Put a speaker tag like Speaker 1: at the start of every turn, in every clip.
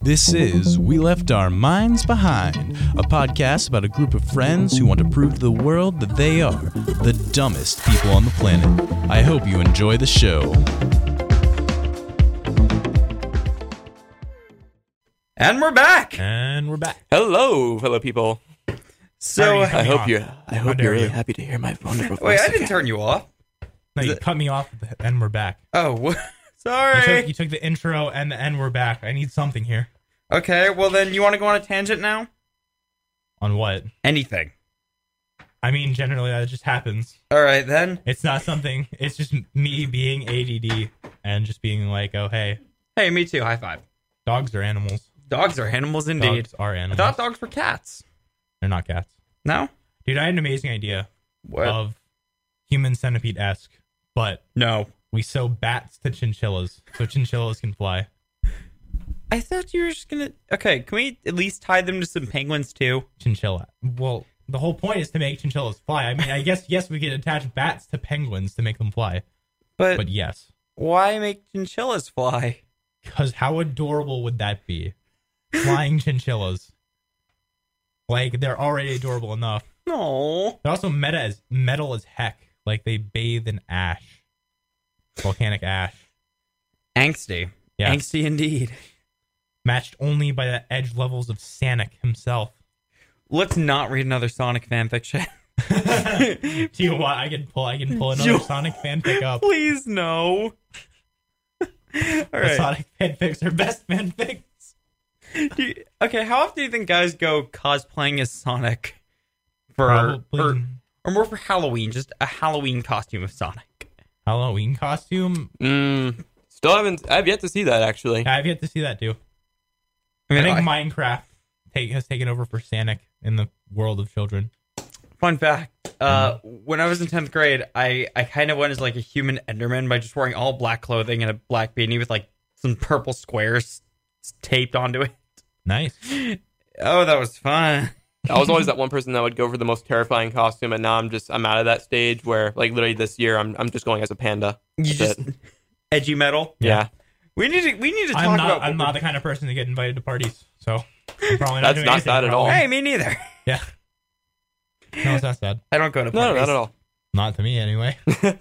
Speaker 1: This is We Left Our Minds Behind, a podcast about a group of friends who want to prove to the world that they are the dumbest people on the planet. I hope you enjoy the show.
Speaker 2: And we're back.
Speaker 3: And we're back.
Speaker 2: Hello, fellow people. So
Speaker 3: Sorry,
Speaker 2: I
Speaker 3: me
Speaker 2: hope
Speaker 3: off.
Speaker 2: you. I
Speaker 3: How
Speaker 2: hope
Speaker 3: dare
Speaker 2: you're really
Speaker 3: you.
Speaker 2: happy to hear my wonderful voice.
Speaker 4: Wait, I didn't
Speaker 2: again.
Speaker 4: turn you off.
Speaker 3: No, you
Speaker 4: The-
Speaker 3: cut me off. with the And we're back.
Speaker 4: Oh, wha-
Speaker 3: You
Speaker 4: sorry.
Speaker 3: took, you took the intro and the and we're back. I need something here.
Speaker 4: okay, well then, you want to go on a tangent now?
Speaker 3: On what?
Speaker 4: Anything.
Speaker 3: I mean, generally that just happens.
Speaker 4: All right then.
Speaker 3: It's not something. It's just me being ADD and just being like, oh hey,
Speaker 4: Hey, me too. High five.
Speaker 3: dogs are animals.
Speaker 4: Dogs are animals indeed.
Speaker 3: Dogs are
Speaker 4: I
Speaker 3: animals.
Speaker 4: thought dogs were cats.
Speaker 3: They're not cats.
Speaker 4: No.
Speaker 3: Dude, I had an amazing idea
Speaker 4: What?
Speaker 3: of human centipede esque, but
Speaker 4: no.
Speaker 3: we sew bats to chinchillas so chinchillas can fly.
Speaker 4: I thought you were just gonna. Okay, can we at least tie them to some penguins too?
Speaker 3: Chinchilla. Well, the whole point is to make chinchillas fly. I mean, I guess yes, we could attach bats to penguins to make them fly.
Speaker 4: But,
Speaker 3: But yes,
Speaker 4: why make chinchillas fly?
Speaker 3: because how adorable would that be? Flying chinchillas. Like they're already adorable enough.
Speaker 4: No.
Speaker 3: They're also meta as metal as heck. Like they bathe in ash, volcanic ash.
Speaker 4: Angsty.
Speaker 3: Yeah,
Speaker 4: Angsty indeed.
Speaker 3: matched only by the edge levels of Sanic himself.
Speaker 4: Let's not read another Sonic fanfiction.
Speaker 3: Do you want? I can pull. I can pull another
Speaker 4: You-
Speaker 3: Sonic fanfic up.
Speaker 4: Please no. All
Speaker 3: The
Speaker 4: right.
Speaker 3: Sonic fanfics are best fanfics.
Speaker 4: Do you- okay, how often do you think guys go cosplaying as Sonic for
Speaker 3: Probably
Speaker 4: or, or more for Halloween, just a Halloween costume of Sonic?
Speaker 3: Halloween costume.
Speaker 2: Mm, still haven't. I've yet to see that actually.
Speaker 3: I've yet to see that too.
Speaker 4: I
Speaker 3: I
Speaker 4: mean,
Speaker 3: think
Speaker 4: I-
Speaker 3: Minecraft take, has taken over for Sanic in the world of children.
Speaker 4: fun fact: uh,
Speaker 3: Mm-hmm.
Speaker 4: when I was in tenth grade, I I kind of went as like a human Enderman by just wearing all black clothing and a black beanie with like some purple squares taped onto it.
Speaker 3: Nice.
Speaker 4: Oh, that was fun.
Speaker 2: I was always that one person that would go for the most terrifying costume, and now I'm just I'm out of that stage where like literally this year I'm I'm just going as a panda.
Speaker 4: You
Speaker 2: That's
Speaker 4: just edgy metal.
Speaker 2: Yeah,
Speaker 4: We need to we need to talk
Speaker 3: I'm not.
Speaker 4: about.
Speaker 3: I'm not the kind of person to get invited to parties, so I'm probably
Speaker 2: That's
Speaker 3: not. doing
Speaker 2: not
Speaker 3: anything
Speaker 2: sad at
Speaker 3: wrong.
Speaker 2: all.
Speaker 4: hey, me neither.
Speaker 3: Yeah. No, it's not sad.
Speaker 4: I don't go to
Speaker 2: no,
Speaker 4: parties.
Speaker 2: not at all.
Speaker 3: Not to me, anyway.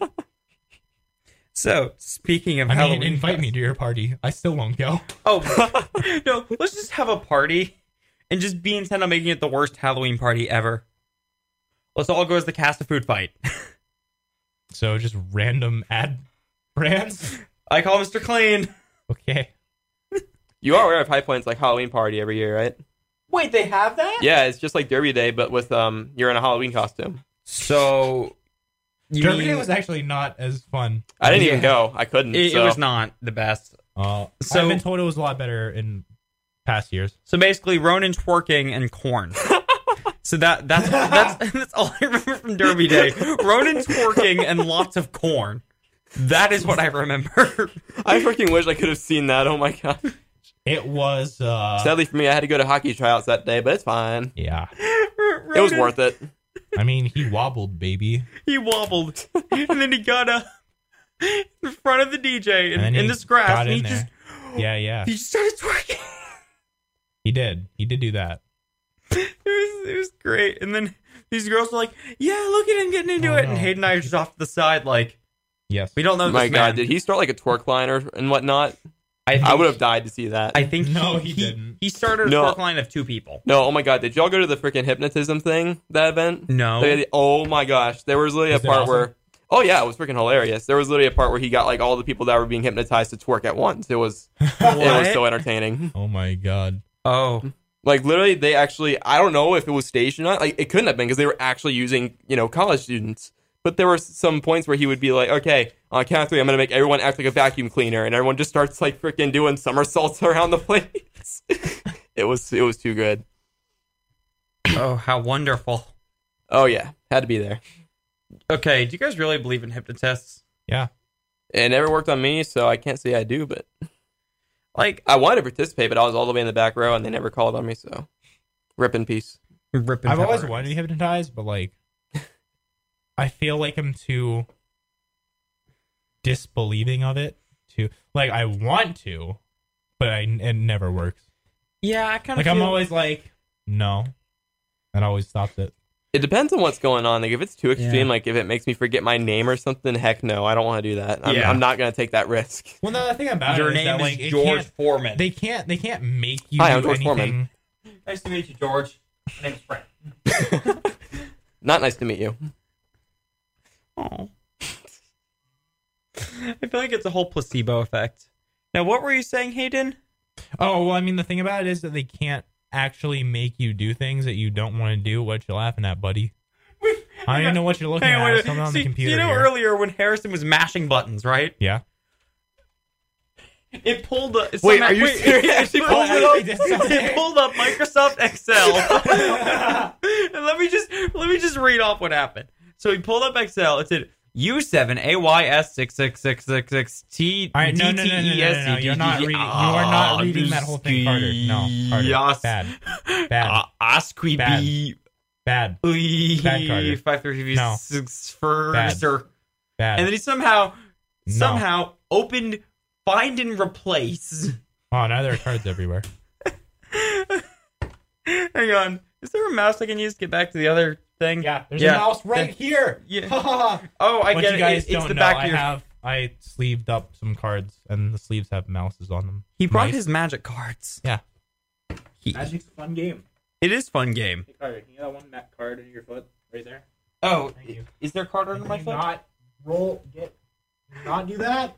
Speaker 4: So speaking of
Speaker 3: I
Speaker 4: Halloween,
Speaker 3: mean, invite me to your party. I still won't go.
Speaker 4: Oh no, let's just have a party and just be intent on making it the worst Halloween party ever. Let's all go as the cast of food fight.
Speaker 3: So just random ad brands.
Speaker 4: I call Mr. Clean.
Speaker 3: Okay.
Speaker 2: You are aware of High Point's like Halloween party every year, right?
Speaker 4: Wait, they have that?
Speaker 2: Yeah, it's just like Derby Day, but with um you're in a Halloween costume.
Speaker 4: So you
Speaker 3: Derby
Speaker 4: mean-
Speaker 3: Day was actually not as fun.
Speaker 2: I didn't even
Speaker 4: Yeah.
Speaker 2: go. I couldn't.
Speaker 4: it,
Speaker 2: so.
Speaker 4: it was not the best.
Speaker 3: Uh, so, I've
Speaker 4: So-
Speaker 3: been told it was a lot better in past years.
Speaker 4: So basically, Ronan twerking and corn. So that that's that's that's all I remember from Derby Day. Ronan twerking and lots of corn. That is what I remember.
Speaker 2: I freaking wish I could have seen that. Oh my god.
Speaker 3: It was. uh
Speaker 2: Sadly for me, I had to go to hockey tryouts that day, but it's fine.
Speaker 3: Yeah.
Speaker 2: It was worth it.
Speaker 3: I mean, he wobbled, baby.
Speaker 4: He wobbled, and then he got up in front of the DJ in,
Speaker 3: And then he
Speaker 4: in this grass,
Speaker 3: got
Speaker 4: and he
Speaker 3: in
Speaker 4: just
Speaker 3: Yeah, yeah.
Speaker 4: he just started twerking.
Speaker 3: He did. He did do that.
Speaker 4: It was it was great. And then these girls were like, "Yeah, look at him getting into
Speaker 3: Oh,
Speaker 4: it."
Speaker 3: no.
Speaker 4: And Hayden and I are just off to the side, like
Speaker 3: Yes.
Speaker 4: we don't know.
Speaker 2: Oh my
Speaker 4: this
Speaker 2: god,
Speaker 4: man.
Speaker 2: did he start like a twerk line or and whatnot?
Speaker 4: I,
Speaker 2: I would have died to see that.
Speaker 4: I think
Speaker 3: No, he didn't.
Speaker 4: He started a
Speaker 2: No.
Speaker 4: twerk line of two people.
Speaker 2: no, oh my god, did y'all go to the freaking hypnotism thing that event?
Speaker 4: No,
Speaker 2: They- oh my gosh, there was literally
Speaker 3: Was
Speaker 2: a
Speaker 3: it
Speaker 2: part
Speaker 3: awesome?
Speaker 2: where. Oh yeah, it was freaking hilarious. There was literally a part where he got like all the people that were being hypnotized to twerk at once. It was it was
Speaker 4: What?
Speaker 2: so entertaining.
Speaker 3: Oh my god.
Speaker 4: oh,
Speaker 2: Like literally, they actually I don't know if it was staged or not. Like it couldn't have been because they were actually using you know college students. But there were some points where he would be like, "Okay, on count of three, I'm gonna make everyone act like a vacuum cleaner," and everyone just starts like freaking doing somersaults around the place. it was it was too good.
Speaker 4: oh, how wonderful.
Speaker 2: Oh yeah, had to be there.
Speaker 4: Okay, do you guys really believe in hypnotists?
Speaker 2: It never worked on me, so I can't say I do. But
Speaker 4: Like
Speaker 2: I wanted to participate, but I was all the way in the back row, and they never called on me. So rip in peace.
Speaker 4: ripping.
Speaker 3: I've always wanted to be hypnotized, but like, I feel like I'm too disbelieving of it. To like, I want to, but I it never works.
Speaker 4: Yeah, I kind of
Speaker 3: Like I'm always like, no, that always stops it.
Speaker 2: It depends on what's going on. Like if it's too extreme,
Speaker 4: Yeah.
Speaker 2: like if it makes me forget my name or something, heck no, I don't want to do that. I'm,
Speaker 4: Yeah.
Speaker 2: I'm not gonna take that risk.
Speaker 3: Well, no, the thing about
Speaker 4: Your
Speaker 3: it
Speaker 4: name
Speaker 3: is that,
Speaker 4: is
Speaker 3: like, it
Speaker 4: George
Speaker 3: can't-
Speaker 4: Foreman.
Speaker 3: they can't they can't make you
Speaker 2: Hi, I'm
Speaker 3: do
Speaker 2: George Foreman.
Speaker 3: anything.
Speaker 4: nice to meet you, George. My name's Frank.
Speaker 2: Not nice to meet you.
Speaker 4: Oh. I feel like it's a whole placebo effect. Now, what were you saying, Hayden?
Speaker 3: Oh well, I mean the thing about it is that they can't actually make you do things that you don't want to do. What you laughing at, buddy? I don't even know what you're looking
Speaker 4: Hey,
Speaker 3: at.
Speaker 4: wait,
Speaker 3: It's something on the
Speaker 4: see,
Speaker 3: computer.
Speaker 4: You know,
Speaker 3: here.
Speaker 4: earlier when Harrison was mashing buttons, right?
Speaker 3: yeah.
Speaker 4: It pulled up.
Speaker 2: Wait, are you serious?
Speaker 4: It actually
Speaker 2: Oh,
Speaker 4: pulled
Speaker 2: I
Speaker 4: it up.
Speaker 3: did something.
Speaker 4: It pulled up Microsoft Excel. and let me just let me just read off what happened. So he pulled up Excel. It said U seven A Y S six six six six six T E
Speaker 3: All right, no, no, no, no, no, no, no, no. You're not reading. You are
Speaker 4: Ah,
Speaker 3: not reading that whole thing, Carter. No, Carter.
Speaker 4: Yes.
Speaker 3: Bad, bad,
Speaker 4: Uh, Asqui
Speaker 3: Bad.
Speaker 4: B.
Speaker 3: bad, Bad, Carter.
Speaker 4: Five three
Speaker 3: No.
Speaker 4: six
Speaker 3: Bad.
Speaker 4: first or
Speaker 3: bad.
Speaker 4: and then he somehow
Speaker 3: No.
Speaker 4: somehow opened find and replace.
Speaker 3: oh, now there are cards everywhere.
Speaker 4: Hang on. Is there a mouse I can use to get back to the other thing? Yeah.
Speaker 3: here.
Speaker 4: Yeah.
Speaker 3: what
Speaker 4: Oh, I get
Speaker 3: you
Speaker 4: it.
Speaker 3: guys
Speaker 4: It-
Speaker 3: don't
Speaker 4: It's the
Speaker 3: know,
Speaker 4: back
Speaker 3: I
Speaker 4: of your.
Speaker 3: have I sleeved up some cards, and the sleeves have mouses on them.
Speaker 4: He brought
Speaker 3: Mice.
Speaker 4: his magic cards.
Speaker 3: Yeah.
Speaker 4: He,
Speaker 5: Magic's a fun game.
Speaker 4: it is fun game.
Speaker 5: Hey, Carter, can you get that one Mac card in your foot right there?
Speaker 4: Oh,
Speaker 3: Thank you.
Speaker 4: is there a card under my
Speaker 5: Do
Speaker 4: foot?
Speaker 5: Not roll. Get. do Not do that.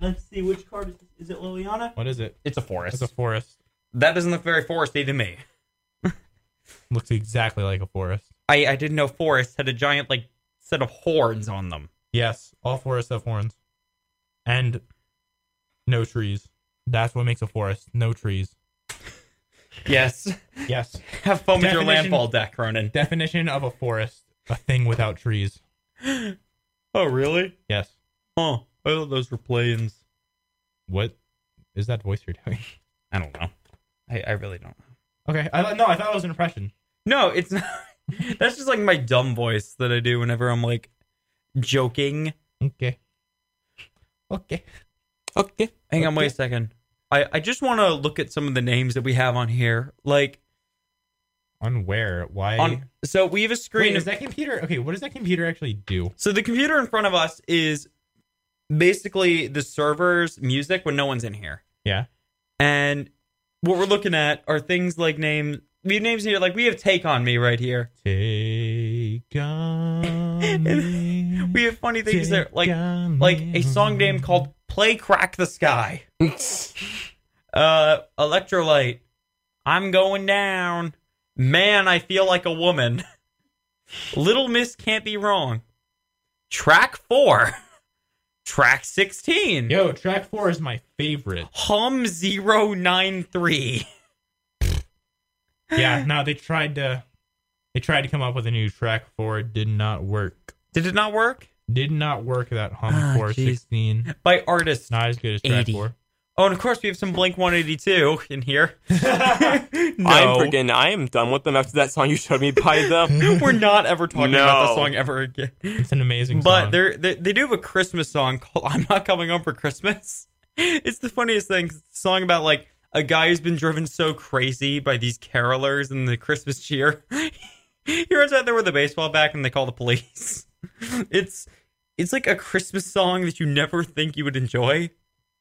Speaker 5: Let's see which card is, is it, Liliana?
Speaker 3: What is it?
Speaker 4: It's a forest.
Speaker 3: It's a forest.
Speaker 4: that doesn't look very foresty to me.
Speaker 3: Looks exactly like a forest.
Speaker 4: I, I didn't know forests had a giant like set of horns on them.
Speaker 3: Yes, all forests have horns, and no trees. That's what makes a forest. No trees.
Speaker 4: Yes.
Speaker 3: Yes.
Speaker 4: Have fun with your
Speaker 3: Definition-
Speaker 4: landfall deck, Ronan.
Speaker 3: Definition of a forest: a thing without trees.
Speaker 4: Oh, really?
Speaker 3: Yes.
Speaker 4: Oh, I thought those were planes.
Speaker 3: What is that voice you're doing?
Speaker 4: I don't know. I, I really don't.
Speaker 3: Okay. I thought- no, I thought it was an impression.
Speaker 4: No, it's not. That's just like my dumb voice that I do whenever I'm like joking.
Speaker 3: Okay. Okay.
Speaker 2: Okay.
Speaker 4: Hang on, wait a second. I, I just want to look at some of the names that we have on here. Like
Speaker 3: On where? Why?
Speaker 4: on, so we have a screen.
Speaker 3: Wait,
Speaker 4: of-
Speaker 3: is that computer? Okay, what does that computer actually do?
Speaker 4: so the computer in front of us is basically the server's music when no one's in here.
Speaker 3: Yeah.
Speaker 4: And what we're looking at are things like name. We have names here. Like we have "Take on Me" right here.
Speaker 3: Take on me.
Speaker 4: We have funny things there,
Speaker 3: Take
Speaker 4: like
Speaker 3: on
Speaker 4: like
Speaker 3: me.
Speaker 4: a song name called "Play Crack the Sky." Uh, Electrolyte. I'm going down. Man, I feel like a woman. Little Miss can't be wrong. Track four. Track 16.
Speaker 3: Yo, track four is my favorite.
Speaker 4: Hum 093.
Speaker 3: Yeah, no, they tried to they tried to come up with a new track for it. Did not work.
Speaker 4: Did it not work?
Speaker 3: Did not work that hum
Speaker 4: Ah,
Speaker 3: four
Speaker 4: jeez.
Speaker 3: sixteen.
Speaker 4: By artist.
Speaker 3: Not as good as track
Speaker 4: 80.
Speaker 3: four.
Speaker 4: Oh, and of course we have some Blink 182 in here.
Speaker 2: I'm
Speaker 4: no.
Speaker 2: freaking. I am done with them after that song you showed me by them.
Speaker 4: We're not ever talking about
Speaker 2: No.
Speaker 4: this song ever again.
Speaker 3: It's an amazing
Speaker 4: But
Speaker 3: song.
Speaker 4: they're, they they do have a Christmas song called "I'm Not Coming Home for Christmas." It's the funniest thing. 'cause It's a song about like a guy who's been driven so crazy by these carolers and the Christmas cheer. he runs out there with a baseball bat and they call the police. It's it's like a Christmas song that you never think you would enjoy,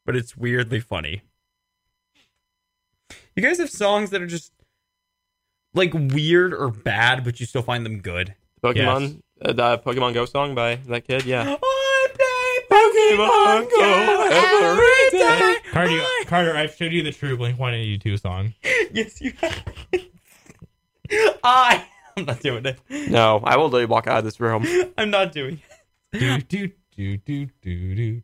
Speaker 4: but it's weirdly funny. You guys have songs that are just like weird or bad, but you still find them good.
Speaker 2: Pokemon, uh, the Pokemon Go song by that kid. Yeah.
Speaker 4: I play
Speaker 2: Pokemon Go every day.
Speaker 3: Carter, Carter, I've showed you the true Blink one eighty two song.
Speaker 4: Yes, you have. I. I'm not doing it.
Speaker 2: No, I will literally walk out of this room.
Speaker 4: I'm not doing it.
Speaker 3: do do do do do do. do.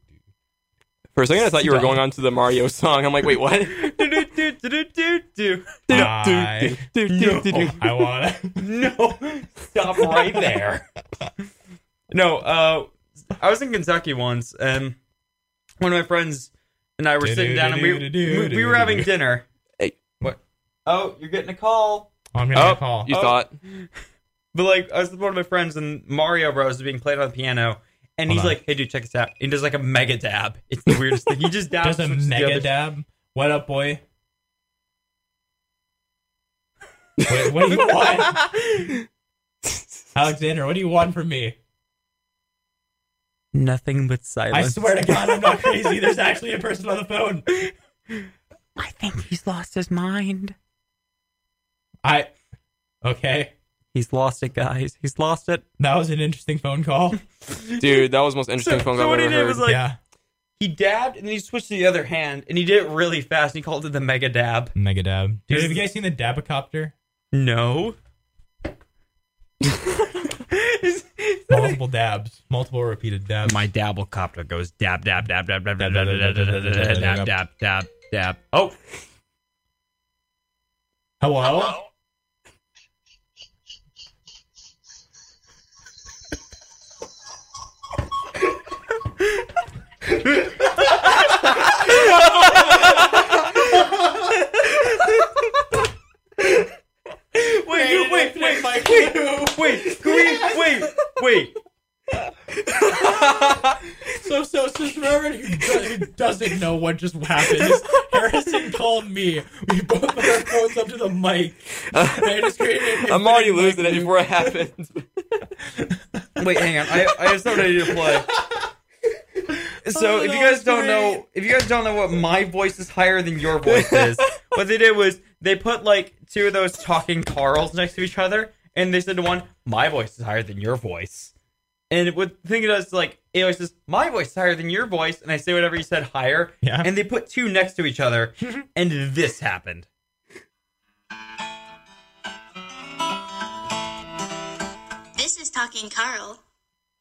Speaker 2: For a second, I thought you were
Speaker 4: Stop.
Speaker 2: going on to the Mario song. I'm like, wait, what?
Speaker 4: Do, do, do, do, do, do, do.
Speaker 3: I,
Speaker 2: Do, do,
Speaker 4: Oh,
Speaker 2: do, do.
Speaker 3: I wanna.
Speaker 4: No, stop right there. No, uh, I was in Kentucky once, and one of my friends and I were sitting down, and we we, we were having dinner.
Speaker 2: Hey.
Speaker 4: what? Oh, you're getting a call.
Speaker 3: Oh, I'm gonna get a
Speaker 2: Oh,
Speaker 3: call.
Speaker 2: you
Speaker 4: Oh.
Speaker 2: thought?
Speaker 4: But like, I was with one of my friends, and Mario Bros is being played on the piano, and
Speaker 3: Hold
Speaker 4: he's
Speaker 3: on.
Speaker 4: like, "Hey, dude, check this out!" And he does like a mega dab. It's the weirdest thing. He just dabs.
Speaker 3: Does a
Speaker 4: switches the
Speaker 3: mega
Speaker 4: other-
Speaker 3: dab. What up, boy? Wait, what do you want? Alexander, what do you want from me?
Speaker 4: Nothing but
Speaker 3: I
Speaker 4: silence.
Speaker 3: swear to God, I'm not crazy. There's actually a person on the phone.
Speaker 4: I think he's lost his mind.
Speaker 3: I. Okay.
Speaker 4: He's lost it, guys. He's lost it.
Speaker 3: That was an interesting phone call.
Speaker 2: Dude, that was the most interesting
Speaker 4: So-
Speaker 2: phone
Speaker 4: so
Speaker 2: call
Speaker 4: what
Speaker 2: I've
Speaker 4: he
Speaker 2: ever
Speaker 4: did
Speaker 2: heard.
Speaker 4: was, like-
Speaker 3: yeah.
Speaker 4: He dabbed and then he switched to the other hand and he did it really fast and he called it the mega dab.
Speaker 3: Mega dab. Dude,
Speaker 4: This
Speaker 3: have you
Speaker 4: is-
Speaker 3: guys seen the dabicopter?
Speaker 4: No. Is- is that a-
Speaker 3: Multiple dabs, multiple repeated dabs.
Speaker 6: My dabblecopter goes dab dab dab dab dab dab dab dab dab dab dab dab dab dab dab. Oh,
Speaker 3: Hello?
Speaker 4: Wait, dude, wait, wait, wait, wait, wait, can we, wait, wait.
Speaker 3: So, so, so, for everyone who, do- who doesn't know what just happened, Harrison called me. We both put our phones up to the mic. I just created.
Speaker 2: I'm already losing it before it happens.
Speaker 4: Wait, hang on. I, I have something I need to play. So if you guys don't know, if you guys don't know what my voice is higher than your voice is, what they did was they put like two of those talking Carls next to each other, and they said to one, "My voice is higher than your voice." And what the thing it does is like it always says, "My voice is higher than your voice," and I say whatever you said higher,
Speaker 3: Yeah.
Speaker 4: and they put two next to each other, and this happened.
Speaker 7: This is Talking Carl.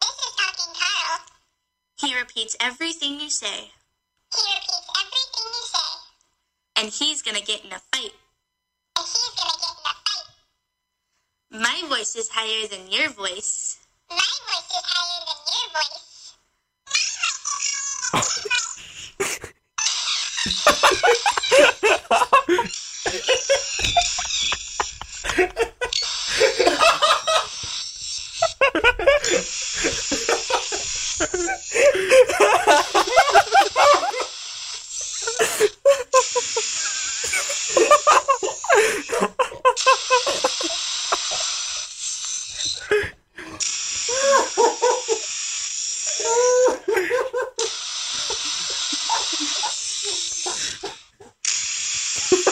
Speaker 8: This is Talking Carl.
Speaker 7: He repeats everything you say,
Speaker 8: He repeats everything you say,
Speaker 7: and he's gonna get in a fight.
Speaker 8: and he's gonna get in a fight.
Speaker 7: My voice is higher than your voice.
Speaker 8: My voice is higher than your voice.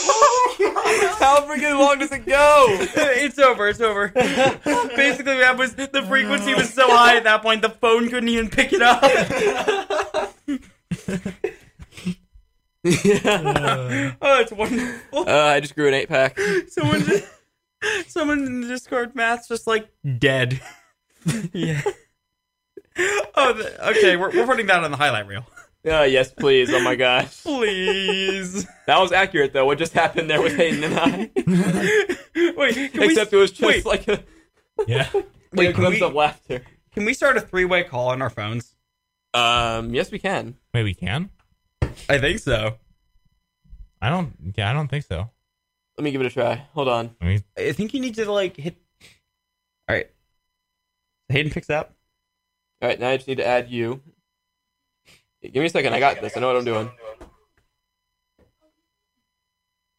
Speaker 2: How freaking long does it go?
Speaker 4: it's over. It's over. Basically, that was the frequency was so high at that point the phone couldn't even pick it up. oh, it's wonderful.
Speaker 2: Uh, I just grew an eight pack.
Speaker 4: Someone, just, someone in the Discord math's just like dead. yeah. Oh, the, okay. We're, we're putting that on the highlight reel,
Speaker 2: Uh, yes, please. Oh my gosh.
Speaker 4: please.
Speaker 2: That was accurate though. What just happened there with Hayden and I?
Speaker 4: Wait, can
Speaker 2: Except it
Speaker 4: we,
Speaker 2: was just
Speaker 4: wait.
Speaker 2: like a,
Speaker 3: Yeah.
Speaker 2: like a
Speaker 4: wait, can
Speaker 2: glimpse
Speaker 4: we-
Speaker 2: of laughter.
Speaker 4: can we start a three-way call on our phones?
Speaker 2: Um, yes, we can.
Speaker 3: Wait, we can?
Speaker 4: I think so.
Speaker 3: I don't. Yeah, I don't think so.
Speaker 2: Let me give it a try. Hold on.
Speaker 3: I mean,
Speaker 4: I think you need to like hit. All right. Hayden picks up.
Speaker 2: All right, now I just need to add you. Give me a second. I got this. I know what I'm doing.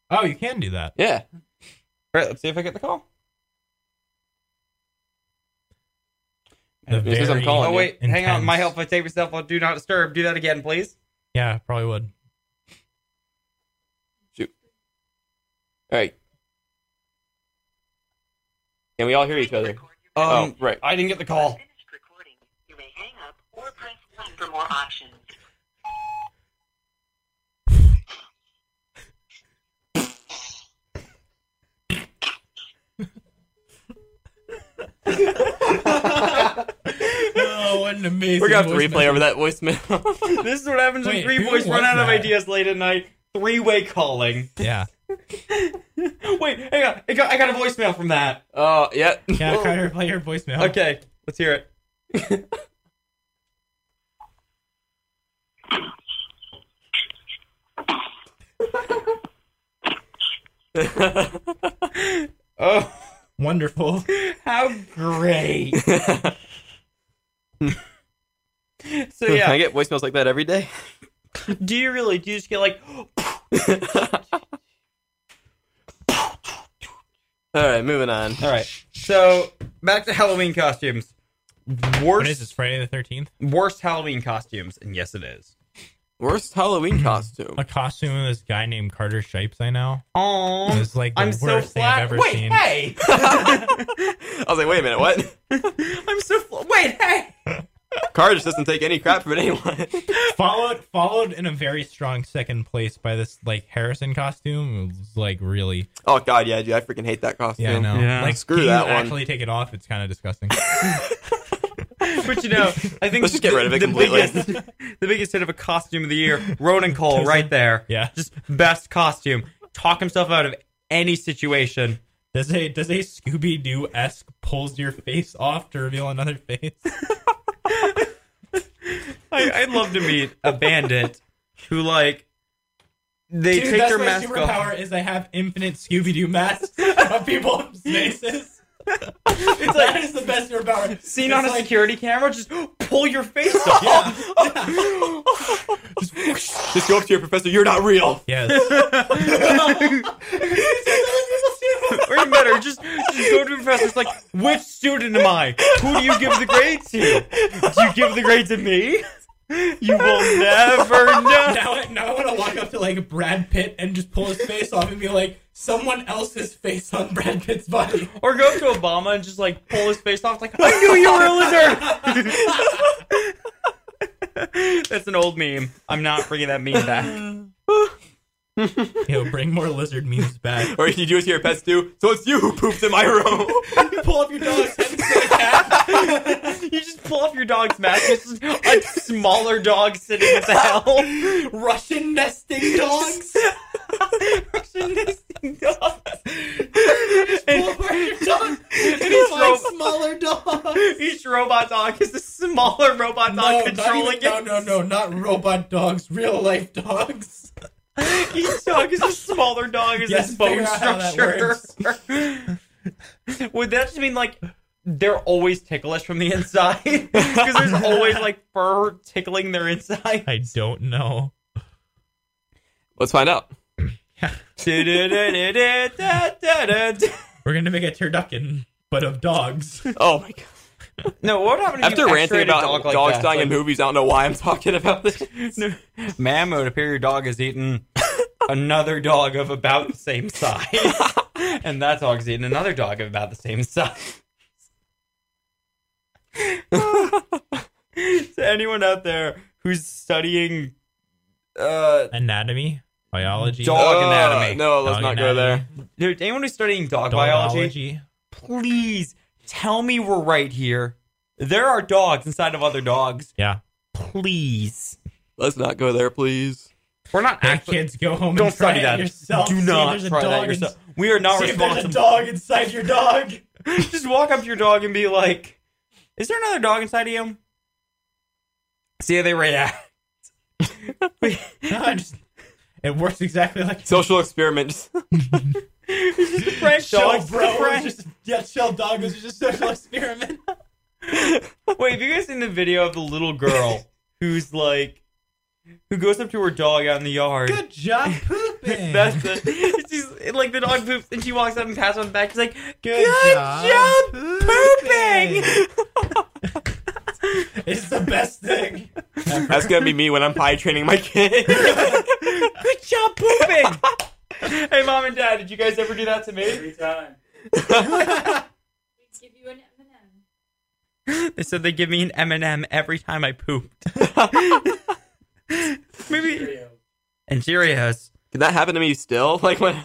Speaker 3: oh, you can do that.
Speaker 2: Yeah.
Speaker 4: All right, let's see if I get the call.
Speaker 3: The
Speaker 2: This is- I'm
Speaker 3: very-
Speaker 2: calling.
Speaker 4: Oh wait, hang on.
Speaker 3: Intense.
Speaker 4: My help. I take myself on do not disturb. Do that again, please.
Speaker 3: Yeah, probably would.
Speaker 2: All right. Can we all hear each other?
Speaker 4: Um,
Speaker 2: Oh, right.
Speaker 4: I didn't get the call.
Speaker 9: finished recording, you may hang up or press 1 for more options.
Speaker 3: Oh, what an amazing.
Speaker 2: We're gonna have to
Speaker 3: voice
Speaker 2: replay
Speaker 3: message.
Speaker 2: over that voicemail.
Speaker 4: this is what happens
Speaker 3: Wait,
Speaker 4: when three
Speaker 3: who
Speaker 4: boys
Speaker 3: was
Speaker 4: run out of
Speaker 3: that?
Speaker 4: ideas late at night. Three-way calling.
Speaker 3: Yeah.
Speaker 4: Wait, hang on. I got, I got a voicemail from that.
Speaker 2: Oh, yeah.
Speaker 3: Yeah, try to replay your voicemail.
Speaker 4: Okay, let's hear it. Oh,
Speaker 3: Wonderful.
Speaker 4: how great! so
Speaker 2: Can I
Speaker 4: yeah,
Speaker 2: get voicemails like that every day?
Speaker 4: do you really? Do you just get like?
Speaker 2: All right, moving on.
Speaker 4: All right. So back to Halloween costumes.
Speaker 3: What is
Speaker 4: Worst,
Speaker 3: this? Friday the Thirteenth?
Speaker 4: worst Halloween costumes, and yes, it is.
Speaker 2: Worst Halloween costume.
Speaker 3: A costume of this guy named Carter Shipes I know.
Speaker 4: Aww.
Speaker 3: It's like the
Speaker 4: I'm
Speaker 3: worst
Speaker 4: so
Speaker 3: thing I've
Speaker 4: flat.
Speaker 3: ever
Speaker 4: Wait,
Speaker 3: seen.
Speaker 4: hey.
Speaker 2: I was like, wait a minute, what?
Speaker 4: I'm so flat. Wait, hey.
Speaker 2: Cardiff doesn't take any crap from anyone.
Speaker 3: Followed, followed in a very strong second place by this like Harrison costume. It was like really,
Speaker 2: oh God, yeah, dude, I freaking hate that costume.
Speaker 3: yeah, I know.
Speaker 4: Yeah.
Speaker 3: Like,
Speaker 2: Screw
Speaker 3: can
Speaker 2: that
Speaker 3: you
Speaker 2: one.
Speaker 3: Actually, take it off. It's kind of disgusting.
Speaker 4: But you know, I think
Speaker 2: Let's just get
Speaker 4: the-
Speaker 2: rid of it
Speaker 4: the
Speaker 2: completely.
Speaker 4: Biggest, the biggest hit of a costume of the year, Ronan Cole, right there.
Speaker 3: Yeah.
Speaker 4: Just best costume. Talk himself out of any situation.
Speaker 3: Does a does a Scooby Doo esque pulls your face off to reveal another face?
Speaker 4: I, I'd love to meet a bandit who like they
Speaker 3: Dude,
Speaker 4: take
Speaker 3: that's
Speaker 4: their
Speaker 3: my
Speaker 4: mask
Speaker 3: superpower
Speaker 4: off.
Speaker 3: is I have infinite Scooby Doo masks of people's faces. it's like, that is the best superpower.
Speaker 4: Seen
Speaker 3: It's
Speaker 4: on a Oh!
Speaker 3: like-
Speaker 4: security camera, just pull your face off.
Speaker 2: Just go up to your professor. You're not real.
Speaker 3: Yes.
Speaker 4: or even better, just, just go to the professor. It's like, which student am I? Who do you give the grade to? Do you give the grade to me? You will never know.
Speaker 3: now, I- now I want to walk up to like Brad Pitt and just pull his face off and be like someone else's face on Brad Pitt's body.
Speaker 4: Or go up to Obama and just like pull his face off, like, I knew you were a lizard! That's an old meme. I'm not bringing that meme back.
Speaker 3: Yo, bring more lizard memes back.
Speaker 2: Or you do it to your pets too. So it's you who poops in my room.
Speaker 3: pull up your dog's head.
Speaker 4: you just pull off your dog's mask. It's just a smaller dog sitting at the helm.
Speaker 3: Russian nesting dogs.
Speaker 4: Russian nesting dogs. and, and each, ro-
Speaker 10: smaller dog.
Speaker 4: each robot dog is a smaller robot dog
Speaker 3: No, not
Speaker 4: controlling
Speaker 3: even, no,
Speaker 4: it.
Speaker 3: no, no, not robot dogs. Real life dogs.
Speaker 4: Each dog is a smaller dog is
Speaker 3: Yes,
Speaker 4: its bone
Speaker 3: figure out how that
Speaker 4: structure. Would that just mean like they're always ticklish from the inside? Because there's always like fur tickling their inside.
Speaker 3: I don't know.
Speaker 2: Let's find out.
Speaker 4: no,
Speaker 3: We're gonna make a turducken, but of dogs.
Speaker 2: Oh my god.
Speaker 4: what happened
Speaker 2: After ranting about dogs dying in movies, I don't know why I'm talking about this.
Speaker 4: movies? Mammo, it appears your dog has eaten another dog of about the same size. and that dog's eaten another dog of about the same size. to anyone out there who's studying uh
Speaker 3: Anatomy, biology,
Speaker 4: Dog- anatomy.
Speaker 2: Uh, No, let's
Speaker 3: Dog
Speaker 2: not go there.
Speaker 3: anatomy,
Speaker 4: dude, anyone who's studying dog biology
Speaker 3: dogology.
Speaker 4: please tell me we're right here. There are dogs inside of other dogs.
Speaker 3: Yeah,
Speaker 4: Please.
Speaker 2: Let's not go there, please.
Speaker 4: We're not
Speaker 3: Hey,
Speaker 4: actually.
Speaker 3: kids, go home
Speaker 4: Don't
Speaker 3: and try
Speaker 4: study
Speaker 3: it
Speaker 4: that.
Speaker 3: yourself.
Speaker 4: Do
Speaker 3: See if
Speaker 4: not
Speaker 3: there's a
Speaker 4: try
Speaker 3: dog
Speaker 4: that
Speaker 3: in-
Speaker 4: yourself. We are not
Speaker 3: See if there's a
Speaker 4: responsible.
Speaker 3: dog inside your dog.
Speaker 4: Just walk up to your dog and be like, "Is there another dog inside of you?" See how they react.
Speaker 3: I just- it works exactly like
Speaker 2: Social experiment.
Speaker 4: Frank
Speaker 3: Shell
Speaker 4: dog,
Speaker 3: bro,
Speaker 4: Frank.
Speaker 3: was just yeah, shell dog was just a social experiment.
Speaker 4: Wait, have you guys seen the video of the little girl who's like, who goes up to her dog out in the yard?
Speaker 3: Good job pooping.
Speaker 4: That's it. She's like the dog poops and she walks up and pats her on the back. She's like,
Speaker 3: Good
Speaker 4: "Good,
Speaker 3: job
Speaker 4: job,
Speaker 3: pooping."
Speaker 4: pooping."
Speaker 3: it's the best thing.
Speaker 2: That's gonna be me when I'm pie training my kid.
Speaker 4: Good job pooping. hey, mom and dad, did you guys ever do that to me?
Speaker 10: Every time.
Speaker 11: give you an M&M.
Speaker 4: They said they give me an M and m every time I pooped. Maybe and Cheerios.
Speaker 2: Can that happen to me still? Like when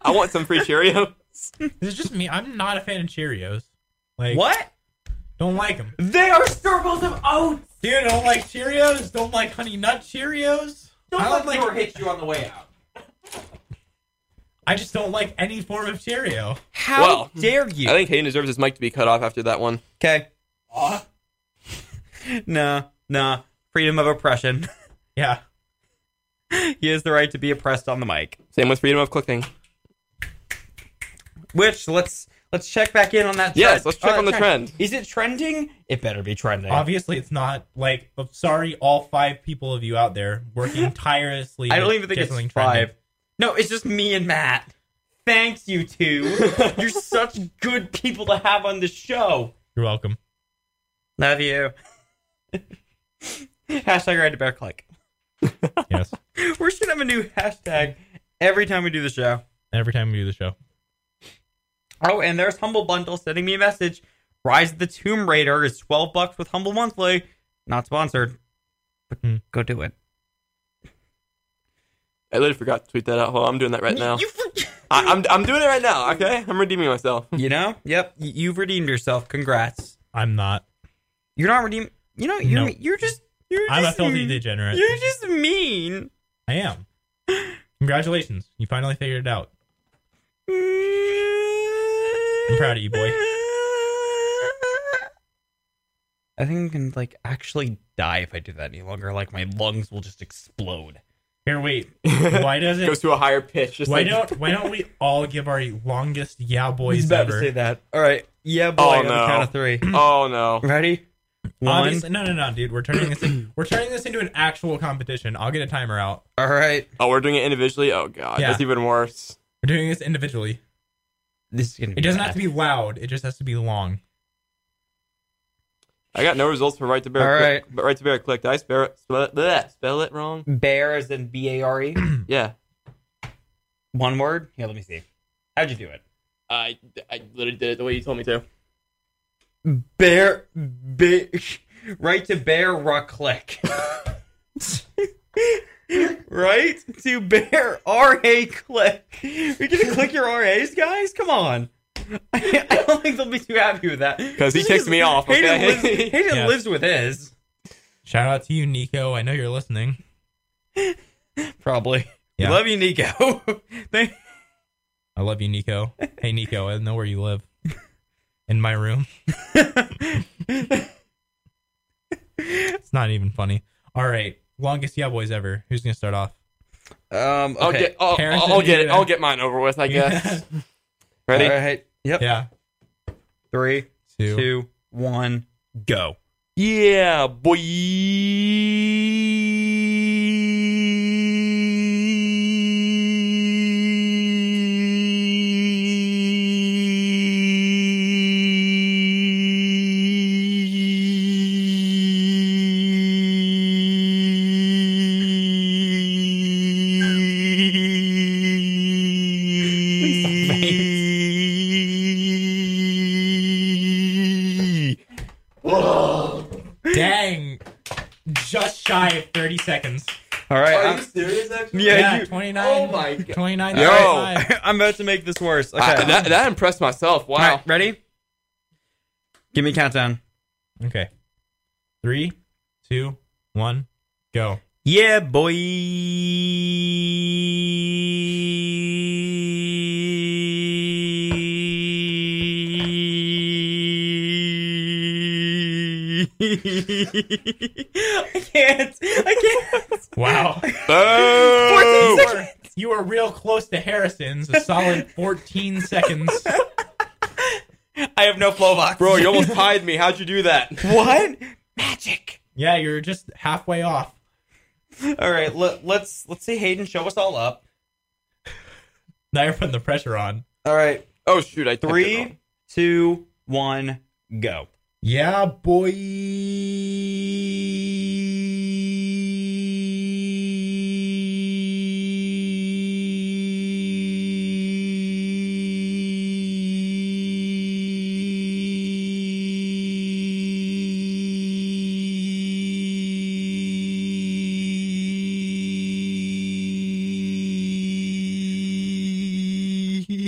Speaker 2: I want some free Cheerio.
Speaker 3: It's just me. I'm not a fan of Cheerios. Like
Speaker 4: What?
Speaker 3: Don't like them.
Speaker 4: They are circles of oats.
Speaker 3: Dude, I don't like Cheerios. Don't like Honey Nut Cheerios. I don't like.
Speaker 4: hit you on the way out.
Speaker 3: I just don't like any form of Cheerio.
Speaker 4: How
Speaker 2: Well,
Speaker 4: dare you?
Speaker 2: I think Hayden deserves his mic to be cut off after that one.
Speaker 4: Okay. nah, nah. Freedom of oppression.
Speaker 3: Yeah.
Speaker 4: he has the right to be oppressed on the mic.
Speaker 2: Same with freedom of clicking.
Speaker 4: Which let's let's check back in on that.
Speaker 2: Yes,
Speaker 4: trend.
Speaker 2: let's check
Speaker 4: that
Speaker 2: on the trend.
Speaker 4: Is it trending? It better be trending.
Speaker 3: Obviously, it's not like. I'm sorry, all five people of you out there working tirelessly.
Speaker 4: I don't
Speaker 3: to
Speaker 4: even think
Speaker 3: get
Speaker 4: it's
Speaker 3: something
Speaker 4: five.
Speaker 3: trending.
Speaker 4: No, it's just me and Matt. Thanks, you two. You're such good people to have on the show.
Speaker 3: You're welcome.
Speaker 4: Love you. hashtag ride to bear click.
Speaker 3: Yes.
Speaker 4: We should have a new hashtag every time we do the show.
Speaker 3: Every time we do the show.
Speaker 4: Oh, and there's Humble Bundle sending me a message. Rise of the Tomb Raider is 12 bucks with Humble Monthly. Not sponsored. But
Speaker 3: Hmm.
Speaker 4: Go do it.
Speaker 2: I literally forgot to tweet that out. Hold on, I'm doing that right now.
Speaker 4: You, you-
Speaker 2: I, I'm I'm doing it right now. Okay, I'm redeeming myself.
Speaker 4: you know? Yep. y- You've redeemed yourself. Congrats.
Speaker 3: I'm not.
Speaker 4: You're not redeemed. You know, you're,
Speaker 3: No.
Speaker 4: you're just. You're
Speaker 3: I'm a
Speaker 4: just
Speaker 3: filthy
Speaker 4: m-
Speaker 3: degenerate.
Speaker 4: You're just mean.
Speaker 3: I am. Congratulations. You finally figured it out.
Speaker 4: I'm
Speaker 3: I'm proud of you, boy.
Speaker 4: I think I can like actually die if I do that any longer. Like my lungs will just explode.
Speaker 3: Here, wait. Why
Speaker 2: Goes
Speaker 3: doesn't
Speaker 2: to a higher pitch. Just
Speaker 3: why
Speaker 2: like,
Speaker 3: don't why don't we all give our longest yeah
Speaker 4: He's
Speaker 3: boys
Speaker 4: about
Speaker 3: ever?
Speaker 4: to say that. All right. Yeah, boy.
Speaker 2: Oh,
Speaker 4: on the
Speaker 2: no.
Speaker 4: count of three.
Speaker 2: Oh no.
Speaker 4: Ready? One.
Speaker 3: Obviously, no, no, no, dude. We're turning this in, we're turning this into an actual competition. I'll get a timer out.
Speaker 4: All right.
Speaker 2: Oh, we're doing it individually. Oh god,
Speaker 3: Yeah.
Speaker 2: that's even worse.
Speaker 3: We're doing this individually.
Speaker 4: This is gonna. Be
Speaker 3: It doesn't have to be loud. It just has to be long.
Speaker 2: I got no results from right to bear.
Speaker 4: All
Speaker 2: click, but right to bear click. Did I spell it, spell it, bleh, spell it wrong?
Speaker 4: bear as in B A R E.
Speaker 2: Yeah.
Speaker 4: One word. Yeah. Let me see. How'd you do it?
Speaker 2: I I literally did it the way you told me to.
Speaker 4: Bear. Be, right to bear. Ruck click. right to bear. R A click. You're gonna click your R A's, guys? Come on. I, I don't think they'll be too happy with that.
Speaker 2: 'Cause he ticks me off,
Speaker 4: Hayden,
Speaker 2: okay?
Speaker 4: lives, Hayden
Speaker 3: Yeah.
Speaker 4: lives with his.
Speaker 3: Shout out to you, Nico. I know you're listening.
Speaker 4: Probably.
Speaker 3: Yeah.
Speaker 4: Love you, Nico. Thank-
Speaker 3: I love you, Nico. Hey, Nico. I know where you live. In my room. It's not even funny. All right, longest yeah boys ever. Who's gonna start off?
Speaker 4: um,
Speaker 2: I'll
Speaker 4: okay.
Speaker 2: get I'll,
Speaker 3: Parents
Speaker 2: I'll, I'll
Speaker 3: and
Speaker 2: get it.
Speaker 3: media.
Speaker 2: I'll get mine over with. I guess. Ready?
Speaker 4: All right. Yep.
Speaker 3: Yeah,
Speaker 4: Three,
Speaker 3: two.
Speaker 4: two, one, go.
Speaker 2: Yeah, boy.
Speaker 3: Dang, just shy of thirty seconds.
Speaker 4: All right. I'm,
Speaker 2: serious? Actually.
Speaker 4: yeah.
Speaker 3: yeah,
Speaker 4: you,
Speaker 3: 29.
Speaker 2: Oh my god.
Speaker 3: 29.
Speaker 2: Yo.
Speaker 3: Alright, bye.
Speaker 4: I'm about to make this worse. Okay.
Speaker 2: I- that, that impressed myself.
Speaker 4: All
Speaker 2: Wow.
Speaker 4: right. Ready? Give me a countdown.
Speaker 3: Okay. Three, two, one, go.
Speaker 4: Yeah, boy. I can't. I can't.
Speaker 3: Wow.
Speaker 2: Boom!
Speaker 4: Fourteen seconds.
Speaker 3: you were real close to Harrison's, a solid 14 seconds.
Speaker 4: I have no flow box.
Speaker 2: Bro, you almost tied me. How'd you do that?
Speaker 4: what? Magic.
Speaker 3: Yeah, you're just halfway off.
Speaker 4: All right, let, let's let's see Hayden show us all up.
Speaker 3: Now you're putting the pressure on.
Speaker 4: All right,
Speaker 2: Oh shoot! I typed it wrong.
Speaker 4: three, two, one, go.
Speaker 3: Yeah, boy.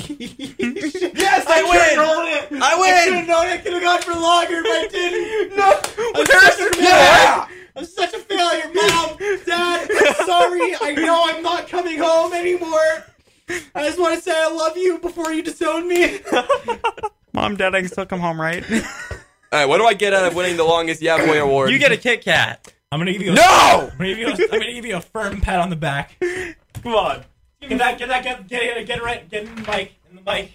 Speaker 2: Yes, I win. I win.
Speaker 12: known I could have gone for longer, but I didn't.
Speaker 2: Yeah.
Speaker 12: I'm such a failure, mom, dad. I'm sorry. I know I'm not coming home anymore. I just want to say I love you before you disown me.
Speaker 4: Mom, Dad, I can still come home, right?
Speaker 2: All right. What do I get out of winning the longest Yeah Boy award?
Speaker 4: you get a Kit Kat.
Speaker 3: I'm going to give you a
Speaker 2: no.
Speaker 3: I'm gonna, give you a, I'm gonna give you a firm pat on the back.
Speaker 4: Come on,
Speaker 12: Get that, get that, get, get, it, get it right, get in the mic, in the mic,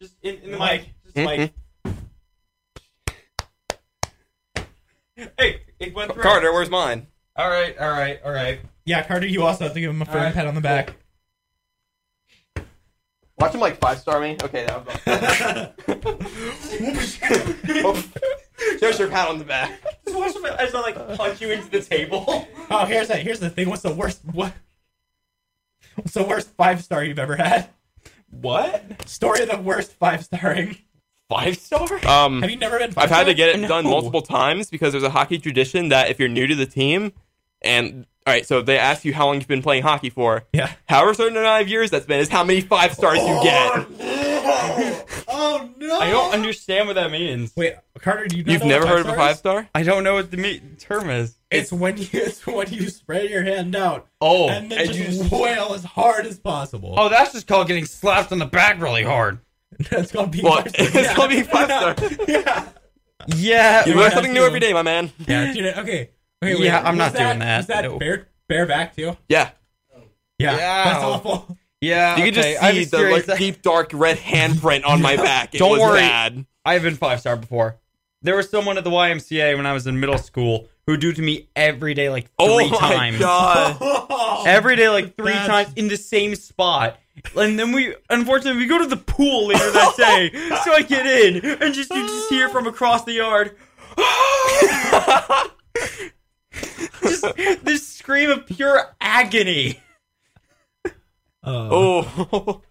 Speaker 4: just in, in
Speaker 12: in the mic. Just
Speaker 2: Mhm.
Speaker 4: Hey, it went through.
Speaker 2: Carter, where's mine?
Speaker 4: All right, all right, all right.
Speaker 3: Yeah, Carter, you also have to give him a firm
Speaker 4: Alright,
Speaker 3: pat on the back.
Speaker 2: Watch him like five star me. Okay, that was There's your pat on the back.
Speaker 4: Just watch him as I like punch you into the table.
Speaker 3: Oh, here's that. Here's the thing. What's the worst? What? What's the worst five star you've ever had?
Speaker 4: What?
Speaker 3: Story of the worst five starring.
Speaker 4: Five star?
Speaker 2: Um,
Speaker 3: Have you never been?
Speaker 2: I've had to
Speaker 3: five-starred?
Speaker 2: get it done
Speaker 4: No.
Speaker 2: multiple times because there's a hockey tradition that if you're new to the team, and all right, so they ask you how long you've been playing hockey for.
Speaker 3: Yeah.
Speaker 2: However, certain amount of years that's been is how many five stars you get.
Speaker 12: Oh no!
Speaker 4: I don't understand what that means.
Speaker 3: Wait, Carter, do you? Not
Speaker 2: You've
Speaker 3: know what
Speaker 2: never heard of a
Speaker 3: star
Speaker 2: five
Speaker 3: is?
Speaker 2: star?
Speaker 4: I don't know what the me- term is.
Speaker 3: It's when you. It's when you spread your hand out
Speaker 4: oh,
Speaker 3: and then just wail as hard as possible.
Speaker 4: oh, that's just called getting slapped on the back really hard.
Speaker 3: that's gonna be.
Speaker 2: Well,
Speaker 3: five-star.
Speaker 2: it's gonna be five star.
Speaker 3: yeah.
Speaker 4: Yeah.
Speaker 2: You
Speaker 3: Yeah,
Speaker 2: learn something new
Speaker 3: absolutely.
Speaker 2: every day, my man.
Speaker 3: Yeah. Dude, okay. Okay,
Speaker 4: Yeah, I'm not
Speaker 3: was
Speaker 4: doing that.
Speaker 3: Was that
Speaker 4: No.
Speaker 3: bare bareback too?
Speaker 2: Yeah,
Speaker 4: Yeah.
Speaker 3: Yeah. That's awful.
Speaker 4: Yeah.
Speaker 2: you can
Speaker 4: okay,
Speaker 2: just
Speaker 4: I've
Speaker 2: see the
Speaker 4: experienced that.
Speaker 2: like, deep dark red handprint on my back. It
Speaker 4: Don't
Speaker 2: was
Speaker 4: worry.
Speaker 2: bad.
Speaker 4: I've been five star before. There was someone at the YMCA when I was in middle school who would do it to me every day like
Speaker 2: Oh
Speaker 4: three
Speaker 2: my
Speaker 4: times.
Speaker 2: god.
Speaker 3: Oh,
Speaker 4: Every day like three
Speaker 3: That's-
Speaker 4: times in the same spot. And then we unfortunately we go to the pool later that day. so I get in and just you just hear from across the yard just this scream of pure agony.
Speaker 3: Oh.
Speaker 2: Oh,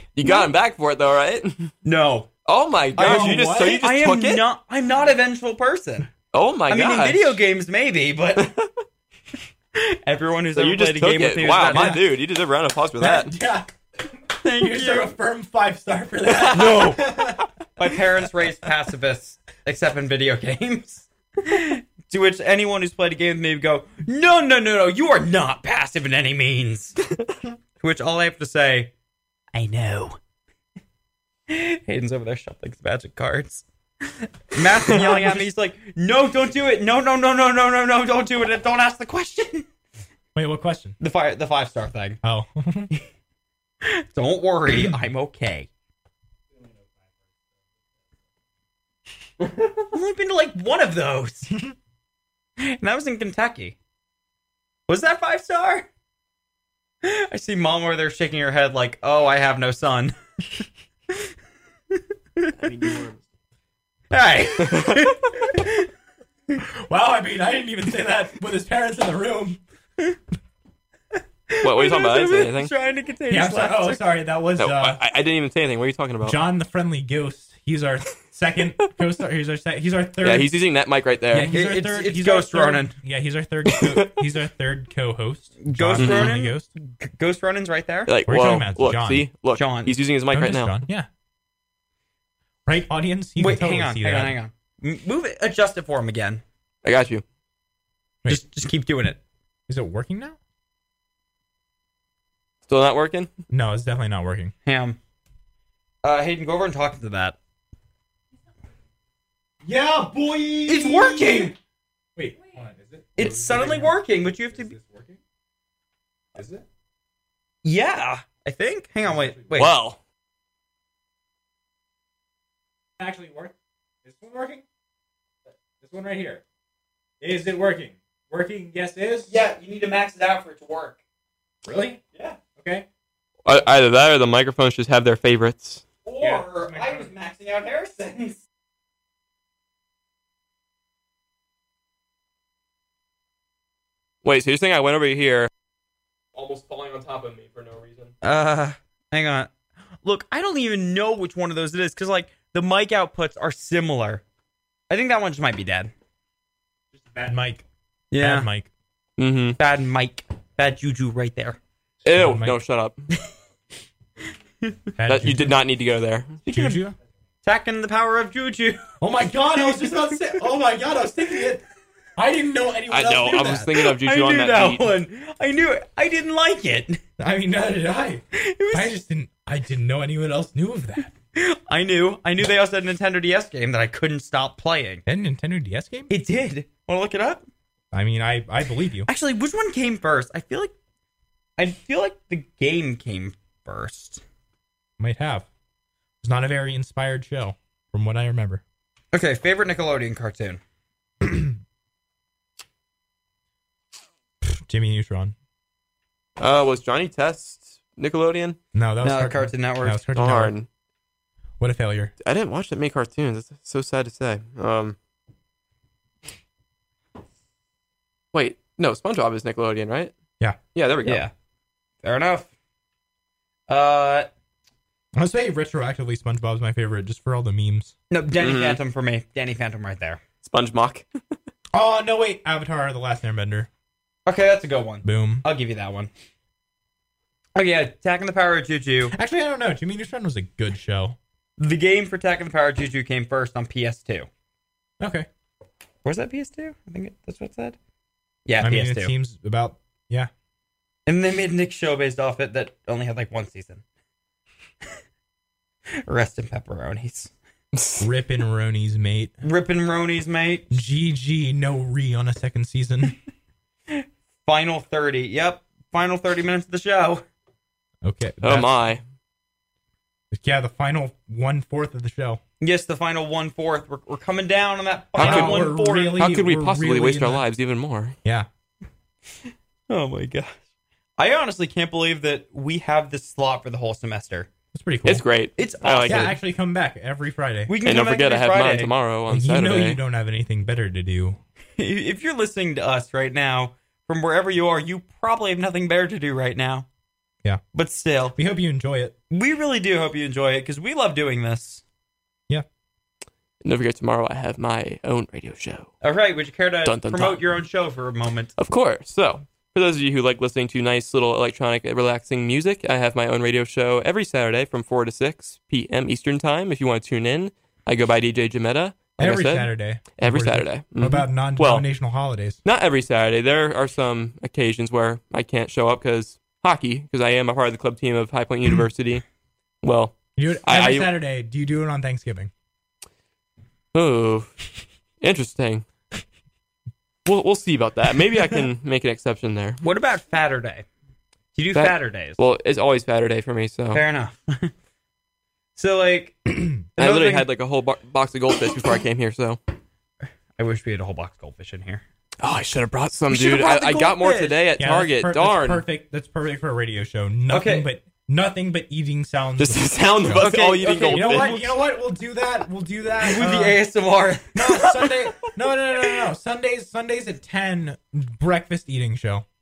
Speaker 2: you got him back for it though, right?
Speaker 4: No.
Speaker 2: Oh my gosh, you just so you just
Speaker 4: I am
Speaker 2: took it.
Speaker 4: not I'm not a vengeful person.
Speaker 2: oh my
Speaker 4: I mean, in
Speaker 2: gosh.
Speaker 4: video games, maybe, but everyone who's
Speaker 2: So you
Speaker 4: ever
Speaker 2: just
Speaker 4: played a
Speaker 2: took
Speaker 4: game with
Speaker 2: it.
Speaker 4: me,
Speaker 2: Wow,
Speaker 4: is
Speaker 2: my
Speaker 4: not-
Speaker 2: dude, you deserve a round of applause for that.
Speaker 3: That, yeah.
Speaker 4: Thank
Speaker 3: You deserve a
Speaker 4: you.
Speaker 3: firm five star for that.
Speaker 4: No, my parents raised pacifists, except in video games. to which anyone who's played a game with me would go, "No, no, no, no, you are not passive in any means." to which all I have to say, "I know." Hayden's over there shuffling his magic cards. Matt's been yelling at me. He's like, "No, don't do it! No, no, no, no, no, no, no! Don't do it! Don't ask the question."
Speaker 3: Wait, what question?
Speaker 4: The fire, the five star thing.
Speaker 3: Oh.
Speaker 4: Don't worry, I'm okay. I've only been to like one of those. and that was in Kentucky. Was that five star? I see mom over there shaking her head like, oh, I have no son.
Speaker 13: I mean, you were.
Speaker 4: Hey.
Speaker 3: wow, I mean, I didn't even say that with his parents in the room.
Speaker 2: What, what are you talking about? I didn't say anything.
Speaker 4: Trying to contain
Speaker 3: Yeah, I'm
Speaker 4: his
Speaker 3: sorry.
Speaker 4: laughter.
Speaker 3: Oh, sorry. That was
Speaker 2: No,
Speaker 3: uh,
Speaker 2: I, I didn't even say anything. What are you talking about?
Speaker 3: John the Friendly Ghost. He's our second ghost star. He's our sec- he's our third.
Speaker 2: yeah, he's using that mic right there.
Speaker 3: yeah, he's our
Speaker 4: It's-
Speaker 3: third.
Speaker 4: it's
Speaker 3: he's our
Speaker 4: Ghost
Speaker 3: third-
Speaker 4: Ronan.
Speaker 3: Yeah, he's our third. Co- he's our third co-host. John
Speaker 4: Ghost
Speaker 3: the Friendly
Speaker 4: Ronan?
Speaker 3: Ghost.
Speaker 4: Ghost Runnin's right there.
Speaker 2: Like,
Speaker 3: What are you
Speaker 2: whoa,
Speaker 3: talking about?
Speaker 2: look,
Speaker 3: John.
Speaker 2: see, look,
Speaker 4: John.
Speaker 2: he's using his mic
Speaker 3: Don't
Speaker 2: right
Speaker 3: diss
Speaker 2: now.
Speaker 3: John. Yeah. Right, audience. You
Speaker 4: Wait,
Speaker 3: can totally
Speaker 4: hang on,
Speaker 3: see
Speaker 4: hang
Speaker 3: that.
Speaker 4: on, hang on. M- Move it, adjust it for him again.
Speaker 2: I got you.
Speaker 3: Wait.
Speaker 4: Just, just keep doing it.
Speaker 3: Is it working now?
Speaker 2: Still not working?
Speaker 3: No, it's definitely not working.
Speaker 4: Ham. Uh, Hayden, go over and talk to that.
Speaker 12: Yeah, boy. It's
Speaker 4: working!
Speaker 3: Wait, hold on. Is it?
Speaker 4: It's suddenly working, but you have to. Be...
Speaker 3: working? Is it?
Speaker 4: Yeah, I think. Hang on, wait, wait.
Speaker 2: Wow.
Speaker 12: Actually, work. Is this one working? This one right here. Is it working? Working? Yes, is.
Speaker 4: Yeah, you need to max it out for it to work.
Speaker 12: Really? Yeah. Okay.
Speaker 2: I- Either that or the microphones just have their favorites.
Speaker 4: Or
Speaker 12: Yeah.
Speaker 4: I was maxing out Harrison's.
Speaker 2: Wait, so you're saying I went over here, almost falling on top of me for no reason?
Speaker 4: Uh, hang on. Look, I don't even know which one of those it is because like the mic outputs are similar. I think that one just might be dead.
Speaker 3: Bad mic.
Speaker 4: Yeah,
Speaker 3: Bad mic.
Speaker 2: Mm-hmm.
Speaker 4: bad mic, bad juju right there.
Speaker 2: Ew!
Speaker 3: on, Mike.
Speaker 2: No, shut up.
Speaker 3: Bad
Speaker 2: That, you
Speaker 3: juju.
Speaker 2: did not need to go there.
Speaker 3: Juju.
Speaker 4: Attacking the power of juju.
Speaker 12: Oh my god! I was just about to say. Oh my god! I was thinking it. I didn't know anyone
Speaker 2: I
Speaker 12: else
Speaker 2: know.
Speaker 12: knew
Speaker 2: I
Speaker 12: that.
Speaker 2: was thinking
Speaker 4: I
Speaker 2: of Juju on
Speaker 4: knew
Speaker 2: that,
Speaker 4: that
Speaker 2: beat.
Speaker 4: one. I knew it. I didn't like it.
Speaker 3: I mean, neither did I.
Speaker 4: It
Speaker 3: I
Speaker 4: was
Speaker 3: just didn't. I didn't know anyone else knew of that.
Speaker 4: I knew. I knew they also had a Nintendo DS game that I couldn't stop playing.
Speaker 3: That Nintendo DS game?
Speaker 4: It did. Want to look it up?
Speaker 3: I mean, I I believe you.
Speaker 4: Actually, which one came first? I feel like I feel like the game came first.
Speaker 3: Might have. It's not a very inspired show, from what I remember.
Speaker 4: Okay, favorite Nickelodeon cartoon.
Speaker 3: Jimmy Neutron.
Speaker 2: Uh, was Johnny Test Nickelodeon?
Speaker 3: No, that was
Speaker 4: No,
Speaker 3: Cartoon,
Speaker 4: Cartoon Network.
Speaker 3: That was Cartoon Network.
Speaker 2: Darn.
Speaker 3: What a failure.
Speaker 2: I didn't watch that many cartoons. It's so sad to say. Um, wait, no, SpongeBob is Nickelodeon, right?
Speaker 3: Yeah.
Speaker 2: Yeah, there we go.
Speaker 4: Yeah. Fair enough. Uh,
Speaker 3: I would say retroactively, SpongeBob's my favorite just for all the memes.
Speaker 4: no, Danny
Speaker 2: Mhm.
Speaker 4: Phantom for me. Danny Phantom right there.
Speaker 2: Sponge Mock.
Speaker 3: Oh no, wait, Avatar: The Last Airbender.
Speaker 4: Okay, that's a good one.
Speaker 3: Boom.
Speaker 4: I'll give you that one. Oh yeah, Attack and the Power of Juju.
Speaker 3: Actually, I don't know. Jimmy Neutron was a good show.
Speaker 4: The game for Attack and the Power of Juju came first on PS2.
Speaker 3: Okay.
Speaker 4: Was that PS2? I think it, that's what it said. Yeah,
Speaker 3: I mean,
Speaker 4: PS2.
Speaker 3: it seems about yeah.
Speaker 4: And they made Nick show based off it that only had like one season. Rest in pepperonis.
Speaker 3: Rip and Ronies, mate.
Speaker 4: Rippin' Ronies, mate.
Speaker 3: GG, no re on a second season.
Speaker 4: Final 30. Yep. Final 30 minutes of the show.
Speaker 3: Okay.
Speaker 2: Oh
Speaker 3: that's-
Speaker 2: my.
Speaker 3: Yeah, the final one fourth of the show.
Speaker 4: Yes, the final one fourth. We're, we're coming down on that
Speaker 2: How
Speaker 4: final
Speaker 2: could-
Speaker 4: one fourth.
Speaker 3: really-
Speaker 2: How could we
Speaker 3: we're
Speaker 2: possibly
Speaker 3: really
Speaker 2: waste
Speaker 3: in
Speaker 2: our
Speaker 3: the-
Speaker 2: lives even more?
Speaker 3: Yeah.
Speaker 4: Oh my gosh. I honestly can't believe that we have this slot for the whole semester.
Speaker 3: That's pretty cool.
Speaker 2: It's great.
Speaker 4: It's
Speaker 2: I like
Speaker 3: yeah,
Speaker 2: it.
Speaker 3: actually come back every Friday.
Speaker 4: We can
Speaker 2: and
Speaker 4: come
Speaker 2: don't
Speaker 4: back
Speaker 2: forget, I
Speaker 4: every
Speaker 2: have mine
Speaker 4: Friday.
Speaker 2: tomorrow on
Speaker 3: you
Speaker 2: Saturday.
Speaker 3: know you don't have anything better to do.
Speaker 4: If you're listening to us right now, from wherever you are, you probably have nothing better to do right now.
Speaker 3: Yeah.
Speaker 4: But still,
Speaker 3: We hope you enjoy it.
Speaker 4: we really do hope you enjoy it because we love doing this.
Speaker 2: And don't forget, tomorrow I have my own radio show.
Speaker 4: All right, would you care to
Speaker 2: Dun, dun,
Speaker 4: promote
Speaker 2: dun.
Speaker 4: your own show for a moment?
Speaker 2: Of course. So, for those of you who like listening to nice little electronic, relaxing music, I have my own radio show every Saturday from 4 to 6 p.m. Eastern Time. If you want to tune in, I go by DJ Jametta. Like I
Speaker 3: every
Speaker 2: said,
Speaker 3: Saturday.
Speaker 2: Every
Speaker 3: Of course.
Speaker 2: Saturday.
Speaker 3: What
Speaker 2: Mhm.
Speaker 3: about non denominational holidays?
Speaker 2: Not every Saturday. There are some occasions where I can't show up because hockey, because I am a part of the club team of High Point University. Well,
Speaker 3: You do it
Speaker 2: I-
Speaker 3: every
Speaker 2: I-
Speaker 3: Saturday. Do you do it on Thanksgiving?
Speaker 2: oh, interesting. We'll, we'll see about that. Maybe I can make an exception there.
Speaker 4: What about Saturday? You do
Speaker 2: Fat-
Speaker 4: Saturdays.
Speaker 2: Well, it's always Saturday for me, so.
Speaker 4: Fair enough. so, like,
Speaker 2: I literally
Speaker 4: thing-
Speaker 2: had like a whole bo- box of goldfish before I came here, so.
Speaker 4: I wish we had a whole box of goldfish in here.
Speaker 2: Oh, I should have brought some,
Speaker 4: You should've
Speaker 2: dude.
Speaker 4: brought the
Speaker 2: I, I got more
Speaker 4: goldfish.
Speaker 2: today at
Speaker 3: Yeah, that's
Speaker 2: Target.
Speaker 3: per- that's
Speaker 2: Darn.
Speaker 3: perfect. That's perfect for a radio show. Nothing
Speaker 4: Okay.
Speaker 3: but nothing but eating sounds.
Speaker 2: Just the
Speaker 3: before
Speaker 2: sound
Speaker 3: the
Speaker 2: of
Speaker 3: show.
Speaker 2: us
Speaker 4: Okay,
Speaker 2: all eating
Speaker 4: okay,
Speaker 2: goldfish.
Speaker 3: You know what? You know what? We'll do that. We'll do that.
Speaker 4: With the
Speaker 3: uh,
Speaker 4: ASMR.
Speaker 3: no, Sunday. No, no, no, no, no. Sundays. Sundays at ten. Breakfast eating show.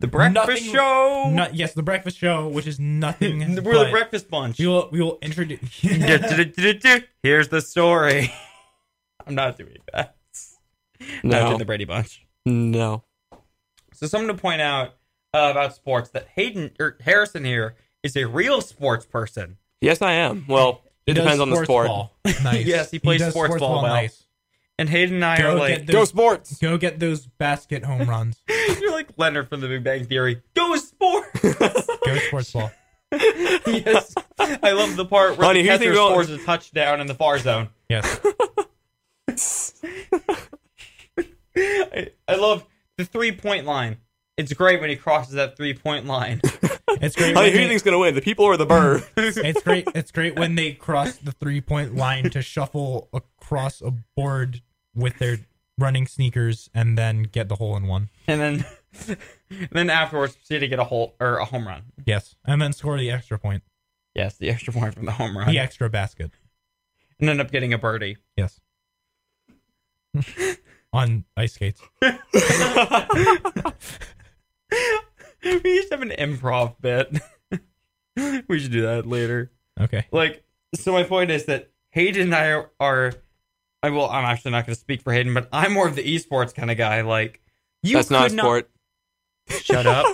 Speaker 4: The breakfast
Speaker 3: Nothing-
Speaker 4: show.
Speaker 3: No, yes, the breakfast show, which is nothing.
Speaker 4: We're the
Speaker 3: but
Speaker 4: breakfast bunch.
Speaker 3: We will. We will introduce.
Speaker 4: Du-du-du-du-du. Here's the story. I'm not doing that. Not
Speaker 2: No.
Speaker 4: doing the Brady Bunch.
Speaker 2: No.
Speaker 4: So something to point out uh, about sports that Hayden or Harrison here is a real sports person.
Speaker 2: Yes, I am. Well, it
Speaker 3: does
Speaker 2: depends on the
Speaker 3: sports
Speaker 2: sport.
Speaker 3: ball. Nice.
Speaker 4: Yes, he plays
Speaker 3: does
Speaker 4: sports ball well. And Hayden and I
Speaker 3: Go
Speaker 4: are
Speaker 3: get
Speaker 4: like,
Speaker 3: those-
Speaker 2: sports.
Speaker 3: Go get those basket home runs.
Speaker 4: you're like Leonard from the Big Bang Theory. Go sports.
Speaker 3: Go sports ball.
Speaker 4: yes, I love the part where
Speaker 2: Honey,
Speaker 4: the
Speaker 2: who you think
Speaker 4: catcher
Speaker 2: will-
Speaker 4: scores a touchdown in the far zone.
Speaker 3: Yes.
Speaker 4: I, I love the three point line. It's great when he crosses that three point line.
Speaker 3: It's great.
Speaker 2: Honey,
Speaker 3: when
Speaker 2: who do you
Speaker 3: they-
Speaker 2: think's gonna win, the people or the bird?
Speaker 3: it's great. It's great when they cross the three point line to shuffle across a board with their running sneakers and then get the hole in one.
Speaker 4: and then and then afterwards proceed to get a hole or a home run.
Speaker 3: Yes, and then score the extra point,
Speaker 4: Yes, the extra point from the home run.
Speaker 3: the extra basket.
Speaker 4: And end up getting a birdie.
Speaker 3: Yes. On ice skates.
Speaker 4: we used to have an improv bit. we should do that later.
Speaker 3: Okay.
Speaker 4: Like, so my point is that Hayden and I are, are I will I'm actually not gonna speak for Hayden, but I'm more of the esports kind of guy. Like you
Speaker 2: That's not a
Speaker 4: could
Speaker 2: sport.
Speaker 4: shut up.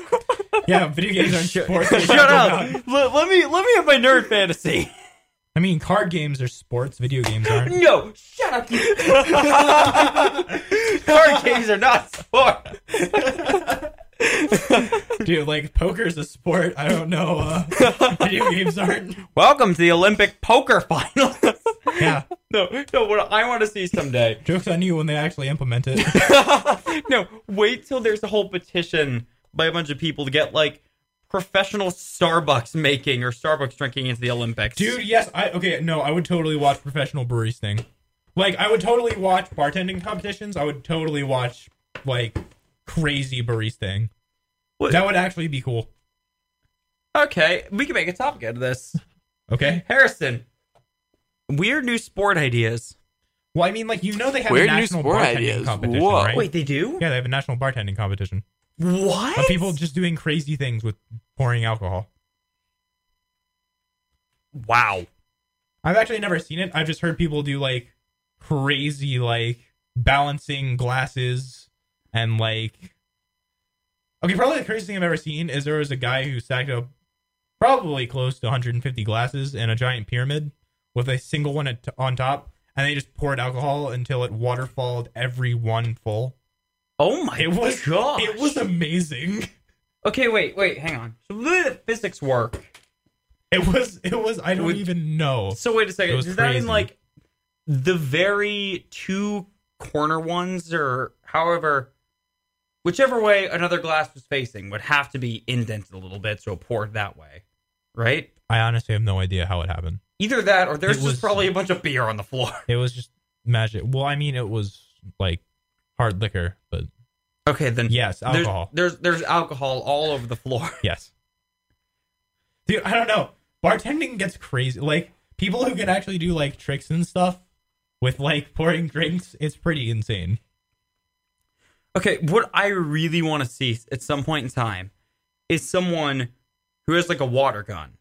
Speaker 3: Yeah, video games aren't sports.
Speaker 4: Shut up. Let, let me let me have my nerd fantasy.
Speaker 3: I mean, card games are sports. Video games aren't.
Speaker 4: No, shut up. you- Card games are not sport.
Speaker 3: Dude, like poker's a sport. I don't know. Uh, video games aren't.
Speaker 4: Welcome to the Olympic poker finals.
Speaker 3: Yeah.
Speaker 4: no, no. What I want to see someday.
Speaker 3: Jokes on you when they actually implement it.
Speaker 4: No, wait till there's a whole petition by a bunch of people to get like professional Starbucks making or Starbucks drinking into the Olympics.
Speaker 3: Dude, yes, I okay, no, I would totally watch professional breweries thing. Like I would totally watch bartending competitions. I would totally watch like crazy breweries thing.
Speaker 4: What-
Speaker 3: That would actually be cool.
Speaker 4: Okay, we can make a topic out of this.
Speaker 3: Okay.
Speaker 4: Harrison, weird new sport ideas.
Speaker 3: Well, I mean, like you know, they have
Speaker 2: Weird
Speaker 3: a
Speaker 2: new
Speaker 3: national
Speaker 2: sport
Speaker 3: bartending
Speaker 2: ideas.
Speaker 3: competition,
Speaker 2: Whoa.
Speaker 3: right?
Speaker 4: Wait, they do?
Speaker 3: Yeah, they have a national bartending competition.
Speaker 4: What?
Speaker 3: Of people just doing crazy things with pouring alcohol.
Speaker 4: Wow.
Speaker 3: I've actually never seen it. I've just heard people do like crazy, like balancing glasses and like. Okay, probably the craziest thing I've ever seen is there was a guy who stacked up probably close to 150 glasses in a giant pyramid with a single one at on top, and they just poured alcohol until it waterfalled every one full.
Speaker 4: Oh my
Speaker 3: It was
Speaker 4: gosh.
Speaker 3: it was amazing.
Speaker 4: Okay, wait, wait, hang on. So the way the physics work.
Speaker 3: It was it was I don't
Speaker 4: Would-
Speaker 3: even know.
Speaker 4: So wait a
Speaker 3: It
Speaker 4: second.
Speaker 3: was
Speaker 4: Does that mean
Speaker 3: crazy.
Speaker 4: like the very two corner ones, or however, whichever way another glass was facing, would have to be indented a little bit, so it poured that way, right?
Speaker 3: I honestly have no idea how it happened.
Speaker 4: Either that, or there's
Speaker 3: It
Speaker 4: just
Speaker 3: was-
Speaker 4: probably a bunch of beer on the floor.
Speaker 3: It was just magic. Well, I mean it was like hard liquor, but
Speaker 4: Okay, then
Speaker 3: yes,
Speaker 4: there's,
Speaker 3: alcohol.
Speaker 4: There's there's alcohol all over the floor.
Speaker 3: Yes. Dude, I don't know. Bartending gets crazy. Like people who can actually do like tricks and stuff with like pouring drinks, it's pretty insane.
Speaker 4: Okay, what I really want to see at some point in time is someone who has like a water gun.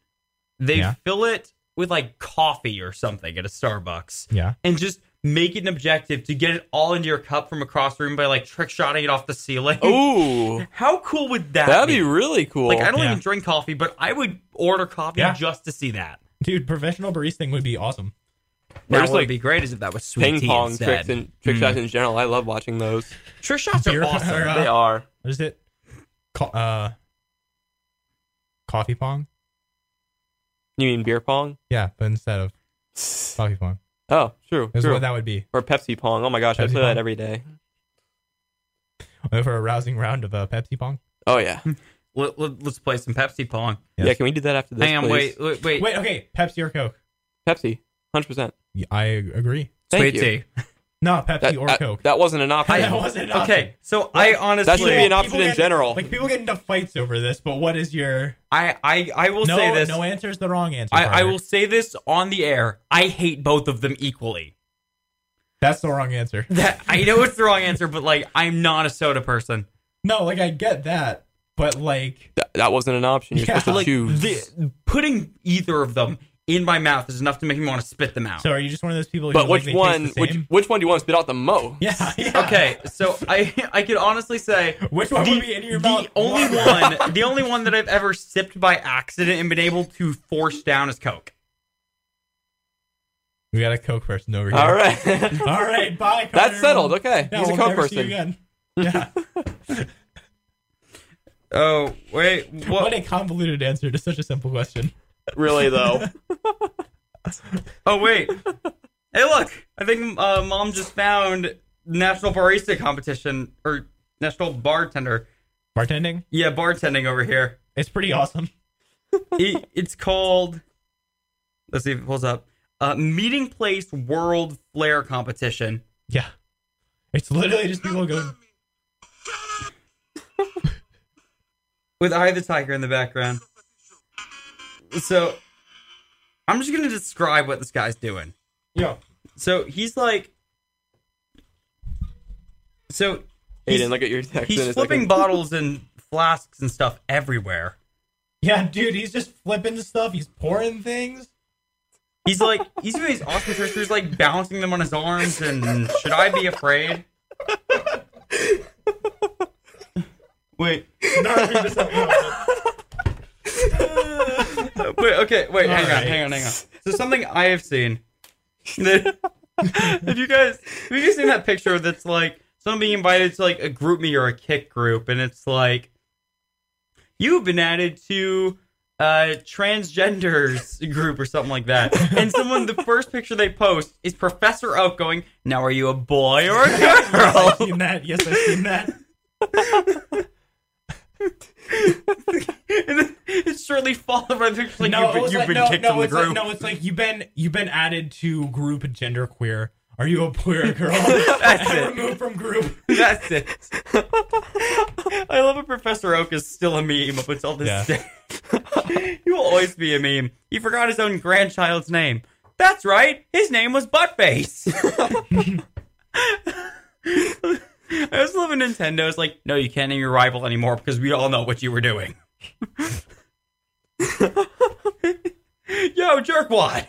Speaker 4: They
Speaker 3: Yeah.
Speaker 4: fill it with like coffee or something at a Starbucks
Speaker 3: Yeah.
Speaker 4: and just make it an objective to get it all into your cup from across the room by like trick shotting it off the ceiling.
Speaker 2: Ooh,
Speaker 4: How cool would that
Speaker 2: that'd be really cool.
Speaker 4: Like I don't
Speaker 3: Yeah.
Speaker 4: even drink coffee, but I would order coffee
Speaker 3: Yeah.
Speaker 4: just to see that.
Speaker 3: Dude, professional baristing would be awesome.
Speaker 4: Now,
Speaker 2: just,
Speaker 4: what would
Speaker 2: like,
Speaker 4: be great is if that was sweet
Speaker 2: ping
Speaker 4: tea
Speaker 2: pong
Speaker 4: instead.
Speaker 2: tricks and trick shots in general. I love watching those.
Speaker 4: trick shots are
Speaker 3: Beer-
Speaker 4: awesome.
Speaker 3: or, uh,
Speaker 2: They are.
Speaker 3: What is it? Co- uh coffee pong?
Speaker 2: You mean beer pong?
Speaker 3: Yeah, but instead of coffee pong.
Speaker 2: Oh, true,
Speaker 3: Is
Speaker 2: true.
Speaker 3: what that would be.
Speaker 2: Or Pepsi pong. Oh my gosh, I
Speaker 3: Pepsi
Speaker 2: play that
Speaker 3: pong?
Speaker 2: every day.
Speaker 3: Oh, for a rousing round of uh, Pepsi Pong.
Speaker 2: Oh yeah,
Speaker 4: Let, let, let's play some Pepsi pong.
Speaker 3: Yes.
Speaker 2: yeah. Can we do that after this?
Speaker 4: Hang on, wait,
Speaker 2: please?
Speaker 4: wait, wait.
Speaker 3: Wait, okay, Pepsi or Coke?
Speaker 2: Pepsi, hundred percent.
Speaker 3: Yeah, I agree.
Speaker 2: Thank
Speaker 4: Sweet
Speaker 2: you.
Speaker 4: tea.
Speaker 3: No, Pepsi
Speaker 2: That,
Speaker 3: or
Speaker 2: that-
Speaker 3: Coke.
Speaker 2: that wasn't an option.
Speaker 3: that wasn't an option.
Speaker 4: Okay, so I honestly,
Speaker 2: That should be an option
Speaker 3: People
Speaker 2: in
Speaker 3: get-
Speaker 2: general.
Speaker 3: Like people get into fights over this, but what is your?
Speaker 4: I, I, I will
Speaker 3: no,
Speaker 4: say this.
Speaker 3: no answer is the wrong answer.
Speaker 4: I, I
Speaker 3: Carter.
Speaker 4: will say this on the air. I hate both of them equally.
Speaker 3: That's the wrong answer.
Speaker 4: That I know it's the wrong answer, but like I'm not a soda person.
Speaker 3: No, like I get that, but like
Speaker 2: That, that wasn't an option. You're
Speaker 3: Yeah,
Speaker 2: supposed to
Speaker 3: like,
Speaker 2: choose.
Speaker 4: The, putting either of them in my mouth is enough to make me want to spit them out.
Speaker 3: so are you just one of those people? Who
Speaker 2: but
Speaker 3: like,
Speaker 2: which
Speaker 3: they taste
Speaker 2: one?
Speaker 3: the
Speaker 2: Which
Speaker 3: same?
Speaker 2: which one do you want to spit out the most?
Speaker 3: Yeah, yeah.
Speaker 4: okay, so I I could honestly say
Speaker 3: Which one would be in your
Speaker 4: the
Speaker 3: mouth?
Speaker 4: only one, the only one that I've ever sipped by accident and been able to force down is Coke.
Speaker 3: We got a Coke person over here.
Speaker 2: All right.
Speaker 3: all right. Bye. Carter.
Speaker 2: That's settled. Okay.
Speaker 3: Yeah,
Speaker 2: He's a
Speaker 3: we'll
Speaker 2: Coke
Speaker 3: never see you
Speaker 2: person.
Speaker 3: again. Yeah.
Speaker 4: Oh wait, what?
Speaker 3: what a convoluted answer to such a simple question.
Speaker 2: Really though.
Speaker 4: Oh wait. hey, look. I think uh, mom just found national barista competition or national bartender.
Speaker 3: Bartending,
Speaker 4: Yeah, bartending over here.
Speaker 3: it's pretty awesome.
Speaker 4: It, it's called. Let's see if it pulls up. Uh, Meeting place world flair competition.
Speaker 3: Yeah. It's literally just people going.
Speaker 4: with Eye of the Tiger in the background. So I'm just gonna describe what this guy's doing.
Speaker 3: Yeah.
Speaker 4: So he's like So he's,
Speaker 2: Aiden, look at your text. in
Speaker 4: he's
Speaker 2: a
Speaker 4: flipping
Speaker 2: second.
Speaker 4: bottles and flasks and stuff everywhere.
Speaker 3: Yeah, dude, he's just flipping stuff. He's pouring things.
Speaker 4: He's like he's doing these awesome tricks where he's like balancing them on his arms and should I be afraid? Wait. wait, okay, wait, hang on,
Speaker 3: Alright.
Speaker 4: hang on, hang on. So something I have seen. that- have you guys have you guys seen that picture that's like someone being invited to like a group me or a kick group and it's like you've been added to uh transgenders group or something like that. And someone the first picture they post is Professor Oak going, Now are you a boy or a girl?
Speaker 3: I've seen that. Yes, I've seen that.
Speaker 4: and then it's shortly followed by the picture like
Speaker 3: no,
Speaker 4: you've,
Speaker 3: it
Speaker 4: been-
Speaker 3: was
Speaker 4: you've
Speaker 3: like,
Speaker 4: been
Speaker 3: no,
Speaker 4: kicked
Speaker 3: no,
Speaker 4: from the
Speaker 3: it's like,
Speaker 4: group.
Speaker 3: no, it's like you've been you've been added to group genderqueer Are you a boy or a girl?
Speaker 4: That's
Speaker 3: and
Speaker 4: it.
Speaker 3: removed from group.
Speaker 4: That's it. I love how Professor Oak is still a meme up until this
Speaker 3: Yeah.
Speaker 4: day. he will always be a meme. He forgot his own grandchild's name. That's right. His name was Buttface. I was loving Nintendo. It's like, no, you can't name your rival anymore because we all know what you were doing. Yo, jerkwad.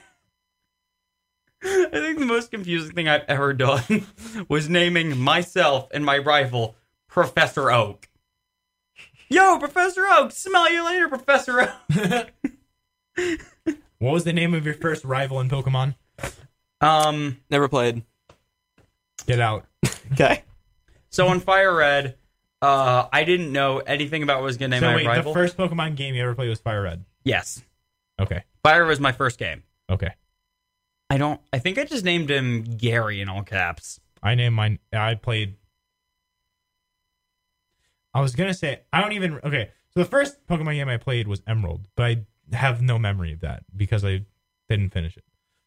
Speaker 4: I think the most confusing thing I've ever done was naming myself and my rival Professor Oak. Yo, Professor Oak, smell you later, Professor Oak.
Speaker 3: What was the name of your first rival in Pokemon?
Speaker 4: Um,
Speaker 2: Never played.
Speaker 3: Get out.
Speaker 2: Okay.
Speaker 4: so on Fire Red, uh, I didn't know anything about what was gonna name
Speaker 3: so
Speaker 4: my
Speaker 3: wait,
Speaker 4: rival.
Speaker 3: the first Pokemon game you ever played was Fire Red.
Speaker 4: yes,
Speaker 3: Okay.
Speaker 4: Fire was my first game.
Speaker 3: Okay.
Speaker 4: I don't. I think I just named him Gary in all caps.
Speaker 3: I named mine. I played. I was gonna say I don't even. Okay, so the first Pokemon game I played was Emerald, but I have no memory of that because I didn't finish it.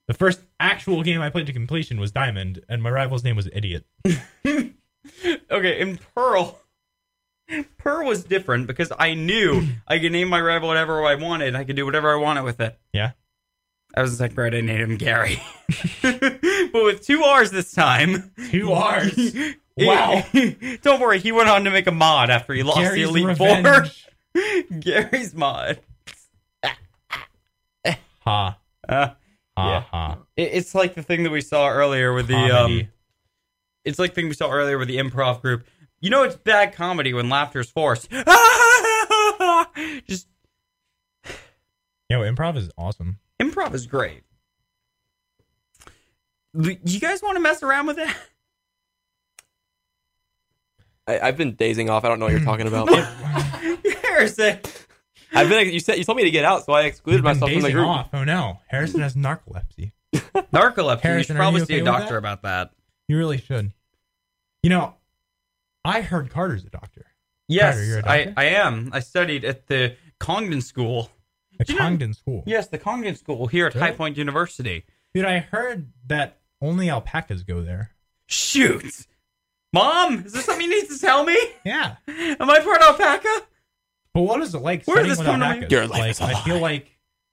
Speaker 3: The first actual game I played to completion was Diamond, and my rival's name was Idiot.
Speaker 4: Okay, and Pearl. Pearl was different because I knew I could name my rival whatever I wanted. I could do whatever I wanted with it.
Speaker 3: Yeah.
Speaker 4: I was in second grade. I named him Gary, but with two R's this time.
Speaker 3: Two R's. Wow.
Speaker 4: Don't worry. He went on to make a mod after he lost
Speaker 3: Gary's
Speaker 4: the Elite
Speaker 3: Revenge.
Speaker 4: Four. Gary's mod.
Speaker 3: Ha
Speaker 4: Uh,
Speaker 3: ha
Speaker 4: Yeah.
Speaker 3: ha.
Speaker 4: It, it's like the thing that we saw earlier with the
Speaker 3: Comedy.
Speaker 4: um. It's like the thing we saw earlier with the improv group. You know, it's bad comedy when laughter is forced. Just
Speaker 3: Yo, improv is awesome.
Speaker 4: improv is great. Do You guys want to mess around with it?
Speaker 2: I, I've been dazing off. I don't know what you're talking about.
Speaker 4: Harrison,
Speaker 2: I've been. You said you told me to get out, so I excluded
Speaker 3: Been
Speaker 2: myself from the
Speaker 3: dazing
Speaker 2: group.
Speaker 3: off. Oh no, Harrison has narcolepsy.
Speaker 4: narcolepsy. you
Speaker 3: Harrison,
Speaker 4: should
Speaker 3: are
Speaker 4: probably
Speaker 3: you
Speaker 4: see
Speaker 3: okay
Speaker 4: a
Speaker 3: with that?
Speaker 4: doctor about that.
Speaker 3: You really should. You know, I heard Carter's a doctor.
Speaker 4: Yes,
Speaker 3: Carter, you're a
Speaker 4: I,
Speaker 3: doctor?
Speaker 4: I am. I studied at the Congdon School.
Speaker 3: At
Speaker 4: Do you know-
Speaker 3: Congdon School.
Speaker 4: Yes, the Congdon School here at
Speaker 3: Really?
Speaker 4: High Point University.
Speaker 3: Dude, I heard that only alpacas go there.
Speaker 4: Shoot, mom, is there something you need to tell me?
Speaker 3: Yeah.
Speaker 4: Am I part alpaca?
Speaker 3: But what is it like
Speaker 4: Where
Speaker 3: studying
Speaker 4: did this
Speaker 3: with
Speaker 4: come to my-
Speaker 3: alpacas?
Speaker 2: Your life
Speaker 3: like,
Speaker 2: is a
Speaker 3: I
Speaker 2: lie.
Speaker 3: feel like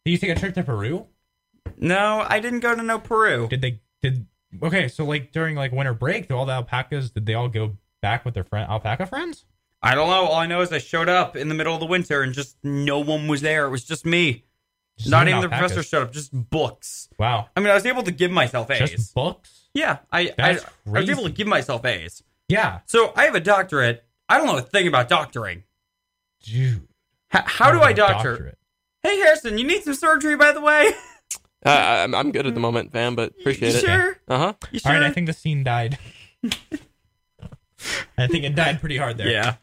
Speaker 3: did you take a trip to Peru?
Speaker 4: No, I didn't go to no Peru.
Speaker 3: Did they did okay, so like during like winter break, did all the alpacas did they all go back with their friend alpaca friends?
Speaker 4: I don't know. All I know is I showed up in the middle of the winter and just no one was there. It was just me.
Speaker 3: Just
Speaker 4: Not
Speaker 3: you
Speaker 4: even
Speaker 3: and
Speaker 4: the
Speaker 3: alpacas.
Speaker 4: professor showed up. Just books.
Speaker 3: Wow.
Speaker 4: I mean, I was able to give myself A's.
Speaker 3: Just books?
Speaker 4: yeah, I I,
Speaker 3: That's
Speaker 4: I was able to
Speaker 3: crazy.
Speaker 4: give myself A's.
Speaker 3: Yeah.
Speaker 4: So I have a doctorate. I don't know a thing about doctoring.
Speaker 3: Dude.
Speaker 4: H- how do
Speaker 3: got
Speaker 4: I
Speaker 3: a
Speaker 4: doctor?
Speaker 3: doctorate.
Speaker 4: Hey, Harrison, you need some surgery, by the way.
Speaker 2: Uh, I- I'm, I'm good at the moment, fam, but appreciate
Speaker 4: you
Speaker 2: it.
Speaker 4: sure?
Speaker 2: Uh huh.
Speaker 4: You sure?
Speaker 3: Alright, I think the scene died. I think it died pretty hard there.
Speaker 4: yeah.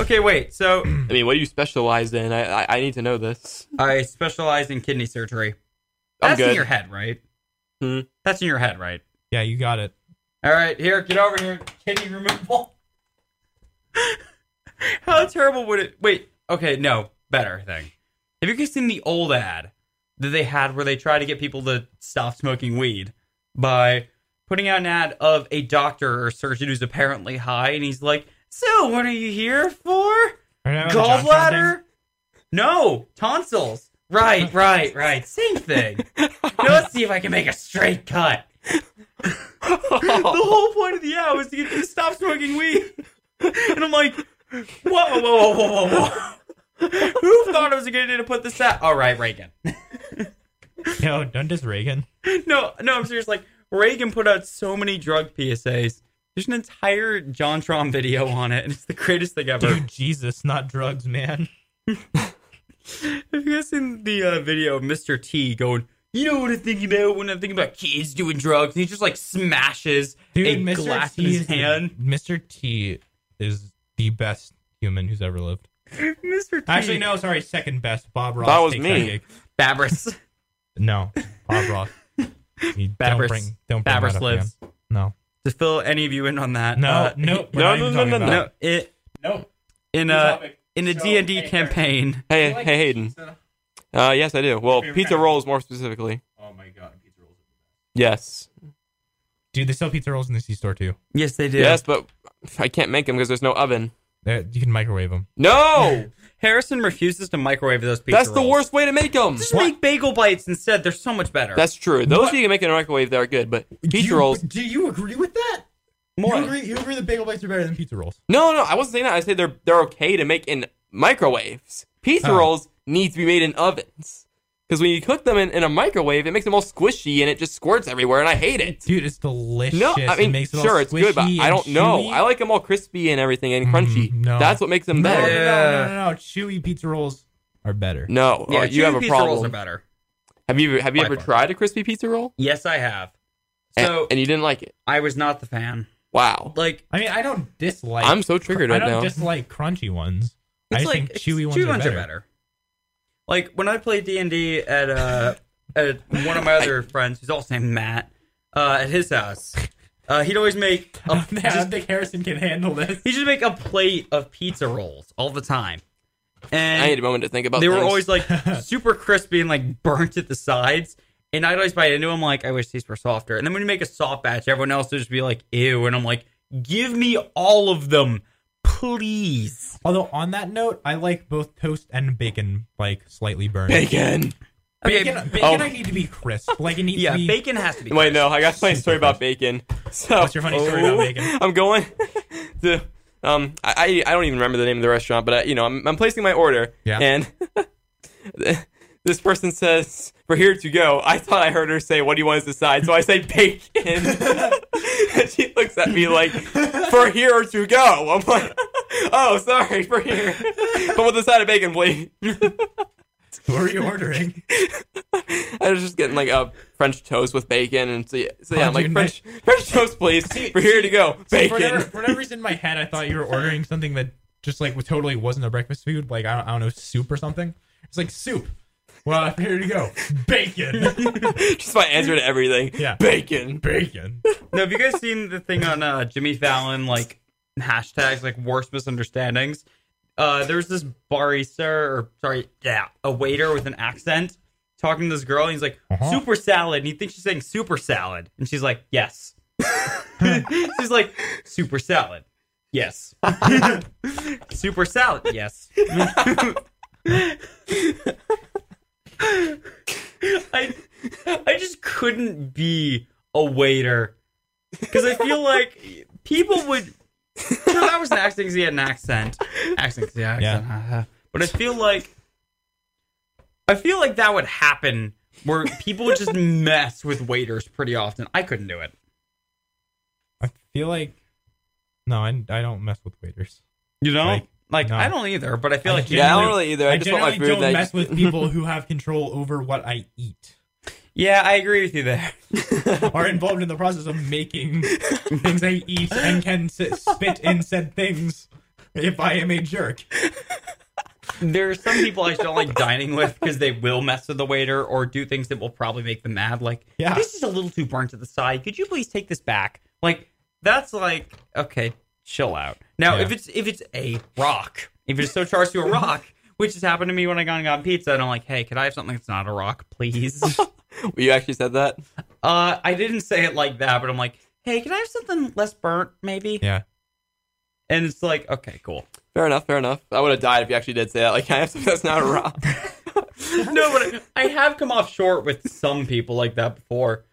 Speaker 4: Okay, wait. So
Speaker 3: Hmm.
Speaker 2: I mean, what do you specialize in? I, I I need to know this.
Speaker 4: I specialize in kidney surgery.
Speaker 2: I'm
Speaker 4: That's in
Speaker 2: good.
Speaker 4: your head, right?
Speaker 2: Hmm?
Speaker 4: That's in your head, right?
Speaker 3: Yeah, you got it.
Speaker 4: All right, here, get over here. Kidney removal. How terrible would it? Wait, okay, no, better thing. Have you guys seen the old ad that they had where they try to get people to stop smoking weed by putting out an ad of a doctor or surgeon who's apparently high, and he's like, "So, what are you here for?
Speaker 3: Alright, now the Johnson thing.
Speaker 4: Gallbladder? No, tonsils. Right, right, right. Same thing. now let's see if I can make a straight cut." the whole point of the hour was to get them to stop smoking weed. And I'm like, whoa, whoa, whoa, whoa, whoa, whoa. Who thought it was a good idea to put this out? All right, Reagan.
Speaker 3: Yo, don't diss Reagan.
Speaker 4: No, no, I'm serious. Like, Reagan put out so many drug PSAs. There's an entire Jontron video on it, and it's the greatest thing ever.
Speaker 3: Dude, Jesus, not drugs, man.
Speaker 4: Have you guys seen the uh, video of Mr. T going, you know what I'm thinking about when I'm thinking about kids doing drugs? And he just like smashes a glass in his
Speaker 3: is the-
Speaker 4: hand.
Speaker 3: Mr. T is the best human who's ever lived.
Speaker 4: Mr. T.
Speaker 3: Actually, no, sorry, second best. Bob Ross.
Speaker 2: That was
Speaker 3: takes
Speaker 2: me.
Speaker 3: gig.
Speaker 4: Fabris.
Speaker 3: No, Bob Ross. You don't
Speaker 4: Fabris.
Speaker 3: bring, don't bring that
Speaker 4: Fabris
Speaker 3: up,
Speaker 4: lives.
Speaker 3: man. No,
Speaker 4: to fill any of you in on that.
Speaker 3: no,
Speaker 4: uh,
Speaker 3: no,
Speaker 2: no, no,
Speaker 3: no, no,
Speaker 2: no, no,
Speaker 4: no, it
Speaker 14: No.
Speaker 4: in
Speaker 14: New
Speaker 4: a
Speaker 14: topic.
Speaker 4: in a
Speaker 14: So,
Speaker 4: D and D
Speaker 14: hey,
Speaker 4: campaign.
Speaker 2: Hey,
Speaker 14: You like
Speaker 2: hey, Hayden.
Speaker 14: pizza?
Speaker 2: Uh, yes, I do. Well,
Speaker 14: Favorite
Speaker 2: pizza
Speaker 14: kind?
Speaker 3: Oh
Speaker 2: rolls more specifically.
Speaker 14: Oh my god, pizza rolls.
Speaker 2: Yes.
Speaker 3: Dude, they sell pizza rolls in the C store too.
Speaker 4: Yes, they do.
Speaker 2: Yes, but I can't make them because there's no oven.
Speaker 3: They're- you can microwave them.
Speaker 2: No,
Speaker 4: Harrison refuses to microwave those pizza
Speaker 2: that's the
Speaker 4: rolls.
Speaker 2: worst way to make them.
Speaker 4: Just make bagel bites instead. They're so much better.
Speaker 2: That's true. Those
Speaker 3: What?
Speaker 2: you can make in a microwave that are good, but pizza
Speaker 3: You-
Speaker 2: rolls.
Speaker 3: Do you agree with that? You
Speaker 4: more.
Speaker 3: agree? You agree that bagel bites are better than pizza rolls?
Speaker 2: No, no, I wasn't saying that. I said they're they're okay to make in microwaves. Pizza
Speaker 3: Oh.
Speaker 2: rolls need to be made in ovens because when you cook them in, in a microwave, it makes them all squishy and it just squirts everywhere, and I hate it.
Speaker 3: Dude, it's delicious.
Speaker 2: No, I mean,
Speaker 3: it makes it all
Speaker 2: sure, it's good, but
Speaker 3: squishy
Speaker 2: I
Speaker 3: and
Speaker 2: don't know.
Speaker 3: chewy.
Speaker 2: I like them all crispy and everything and
Speaker 3: Mm,
Speaker 2: crunchy.
Speaker 3: no.
Speaker 2: That's what makes them
Speaker 3: no, no,
Speaker 2: better.
Speaker 3: no,
Speaker 4: Yeah.
Speaker 3: no, no, no. Chewy pizza rolls are better.
Speaker 2: No,
Speaker 4: Yeah,
Speaker 2: uh, you
Speaker 4: chewy
Speaker 2: have a
Speaker 4: pizza rolls are
Speaker 2: problem.
Speaker 4: better.
Speaker 2: Have you have you
Speaker 4: By
Speaker 2: ever
Speaker 4: far.
Speaker 2: tried a crispy pizza roll?
Speaker 4: Yes, I have.
Speaker 2: And-
Speaker 4: So
Speaker 2: and, you didn't like it.
Speaker 4: I was not the fan.
Speaker 2: Wow,
Speaker 4: Like
Speaker 3: I mean, I don't dislike.
Speaker 2: I'm so triggered
Speaker 3: I
Speaker 2: right
Speaker 3: don't
Speaker 2: now.
Speaker 3: dislike crunchy ones.
Speaker 4: it's
Speaker 3: I
Speaker 4: like
Speaker 3: think
Speaker 4: it's-
Speaker 3: chewy ones, are, better.
Speaker 4: Like when I played D and D at uh at one of my other friends, who's also named Matt, uh, at his house, uh, he'd always make
Speaker 3: I
Speaker 4: a,
Speaker 3: don't think- I
Speaker 4: just
Speaker 3: don't think Harrison can handle this.
Speaker 4: He just make a plate of pizza rolls all the time, and
Speaker 2: I need a moment to think about.
Speaker 4: they were
Speaker 2: things.
Speaker 4: always like super crispy and like burnt at the sides. And I'd always bite into them like, I wish these were softer. And then when you make a soft batch, everyone else would just be like, ew. And I'm like, give me all of them, please.
Speaker 3: Although on that note, I like both toast and bacon like slightly burned.
Speaker 2: bacon.
Speaker 4: Okay,
Speaker 3: Bacon, bacon
Speaker 2: oh.
Speaker 3: I need to be crisp. Like it needs
Speaker 4: yeah,
Speaker 3: to be.
Speaker 4: bacon has to be.
Speaker 2: Wait, no, I got a funny
Speaker 3: Super
Speaker 2: story about bacon. So oh,
Speaker 3: What's your funny story about bacon?
Speaker 2: I'm going to um I, I I don't even remember the name of the restaurant, but I, you know I'm I'm placing my order.
Speaker 3: Yeah.
Speaker 2: And this person says we're here to go. I thought I heard her say what do you want us to decide, so I say bacon. and she looks at me like for here to go. I'm like. Oh, sorry, for here. but with a side of bacon, please.
Speaker 3: What are you ordering?
Speaker 2: I was just getting like a French toast with bacon, and so yeah, so yeah
Speaker 3: Oh,
Speaker 2: I'm like
Speaker 3: dude,
Speaker 2: French French toast, please. We're here to go.
Speaker 3: For
Speaker 2: Bacon.
Speaker 3: whatever, for whatever reason, in my head, I thought you were ordering something that just like totally wasn't a breakfast food. Like I don't, I don't know, soup or something. It's like soup. Well, here you go, bacon,
Speaker 2: just my answer to everything.
Speaker 3: Yeah.
Speaker 2: Bacon.
Speaker 3: bacon.
Speaker 4: No, have you guys seen the thing on uh, Jimmy Fallon, like hashtags, like worst misunderstandings? Uh, there was this barista, or sorry, yeah, a waiter with an accent talking to this girl, and he's like,
Speaker 3: Uh-huh.
Speaker 4: super salad. And he thinks she's saying super salad. And she's like, yes. she's like, super salad. Yes. super salad. Yes. I, I just couldn't be a waiter because I feel like people would. Sure, that was an accent 'cause he had an accent. Accent, 'cause he had an accent. But I feel like I feel like that would happen where people would just mess with waiters pretty often. I couldn't do it.
Speaker 3: I feel like no, I, I don't mess with waiters.
Speaker 4: You know, like,
Speaker 3: Like, no.
Speaker 4: I don't either. But I feel
Speaker 3: I
Speaker 4: like
Speaker 3: genuinely-
Speaker 2: Yeah, I don't really either. I,
Speaker 3: I
Speaker 2: just want my
Speaker 3: generally
Speaker 2: food.
Speaker 3: don't
Speaker 2: that I
Speaker 3: mess
Speaker 2: just-
Speaker 3: with people who have control over what I eat.
Speaker 4: yeah, I agree with you there.
Speaker 3: Are involved in the process of making things I eat and can s- spit in said things if I am a jerk.
Speaker 4: There are some people I just don't like dining with because they will mess with the waiter or do things that will probably make them mad. Like,
Speaker 3: Yeah.
Speaker 4: this is a little too burnt to the side. Could you please take this back? Like, that's like okay, chill out. Now,
Speaker 3: Yeah.
Speaker 4: if it's if it's a rock, if it's so charged to a rock, which has happened to me when I gone and got pizza, and I'm like, hey, could I have something that's not a rock, please? uh,
Speaker 2: You actually said that.
Speaker 4: I didn't say it like that, but I'm like, hey, can I have something less burnt, maybe?
Speaker 3: Yeah.
Speaker 4: And it's like, okay, cool.
Speaker 2: Fair enough. Fair enough. I would have died if you actually did say that. Like, can I have something that's not raw?
Speaker 4: no, but I I have come off short with some people like that before.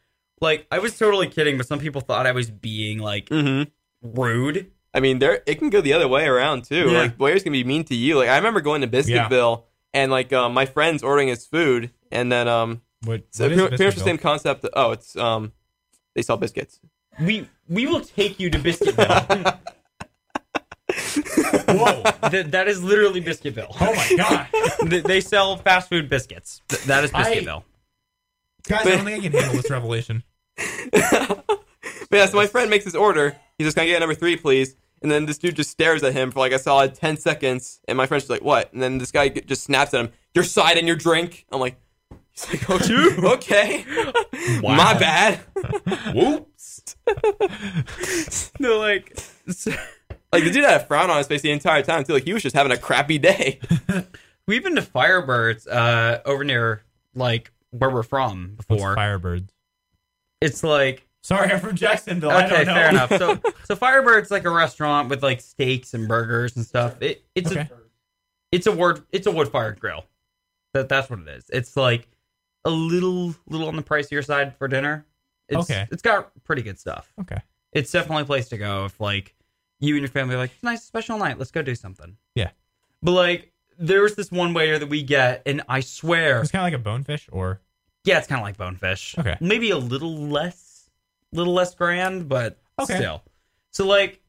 Speaker 4: Like I was totally kidding, but some people thought I was being like
Speaker 2: mm-hmm.
Speaker 4: rude.
Speaker 2: I mean, there it can go the other way around too.
Speaker 4: Yeah.
Speaker 2: Like waiters can be mean to you. Like I remember going to Biscuitville and like um, my friend's ordering his food, and then um,
Speaker 3: What,
Speaker 2: so
Speaker 3: what
Speaker 2: pretty pretty
Speaker 3: is
Speaker 2: much the
Speaker 3: Biscuitville?
Speaker 2: same concept. Oh, it's um, they sell biscuits.
Speaker 4: We we will take you to Biscuitville.
Speaker 3: Whoa!
Speaker 4: Th- that is literally Biscuitville.
Speaker 3: Oh my god,
Speaker 4: Th- they sell fast food biscuits. Th- that is
Speaker 3: I-
Speaker 4: Biscuitville.
Speaker 3: guys! I don't think I can handle this revelation.
Speaker 2: But yeah, so my friend makes his order. He says, "Can I get a number three, please?" And then this dude just stares at him for like a solid ten seconds. And my friend's just like, "What?" And then this guy g- just snaps at him, "Your side and your drink." I'm like, "He's like, okay, okay. my bad."
Speaker 4: Whoops. no, like so-
Speaker 2: Like the dude had a frown on his face the entire time too. Like he was just having a crappy day.
Speaker 4: we've been to Firebirds uh, over near like where we're from
Speaker 3: What's
Speaker 4: before.
Speaker 3: Firebirds?
Speaker 4: it's like
Speaker 3: Sorry, I'm from Jacksonville. Oh, I
Speaker 4: Okay,
Speaker 3: don't know.
Speaker 4: fair enough. So, so Firebird's like a restaurant with like steaks and burgers and stuff. It it's
Speaker 3: Okay.
Speaker 4: a it's a wood it's a wood fired grill. That that's what it is. It's like a little little on the pricier side for dinner. It's,
Speaker 3: Okay.
Speaker 4: it's got pretty good stuff.
Speaker 3: Okay.
Speaker 4: it's definitely a place to go if like you and your family are like it's a nice special night. Let's go do something.
Speaker 3: Yeah.
Speaker 4: but like there was this one waiter that we get, and I swear,
Speaker 3: It's kind of like a bonefish, or
Speaker 4: yeah, it's kind of like bonefish.
Speaker 3: Okay.
Speaker 4: Maybe a little less, little less grand, but
Speaker 3: Okay.
Speaker 4: still. So like,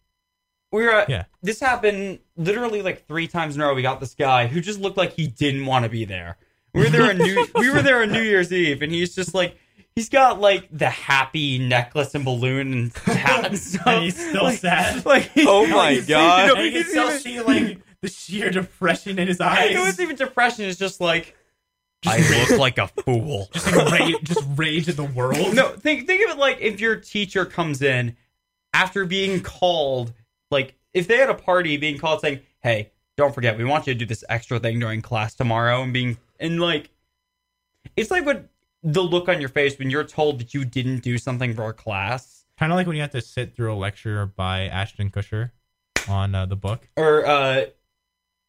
Speaker 4: we were at,
Speaker 3: Yeah.
Speaker 4: this happened literally like three times in a row. We got this guy who just looked like he didn't want to be there. We were there on New we were there on New Year's Eve, and he's just like he's got like the happy necklace and balloon and hat and stuff.
Speaker 3: and he's still
Speaker 4: like,
Speaker 3: sad.
Speaker 4: Like
Speaker 2: Oh my
Speaker 4: he's-
Speaker 2: God.
Speaker 4: you know,
Speaker 3: And you can
Speaker 4: he's
Speaker 3: still
Speaker 4: even-
Speaker 3: see like the sheer depression in his eyes.
Speaker 4: it was even depression. It's just like I look like a fool.
Speaker 3: just like rage, just rage at the world.
Speaker 4: No, think think of it like if your teacher comes in after being called, like if they had a party being called saying, "Hey, don't forget, we want you to do this extra thing during class tomorrow," and being and like, it's like what the look on your face when you're told that you didn't do something for a class
Speaker 3: kind of like when you have to sit through a lecture by Ashton Kutcher on uh, the book.
Speaker 4: or uh, uh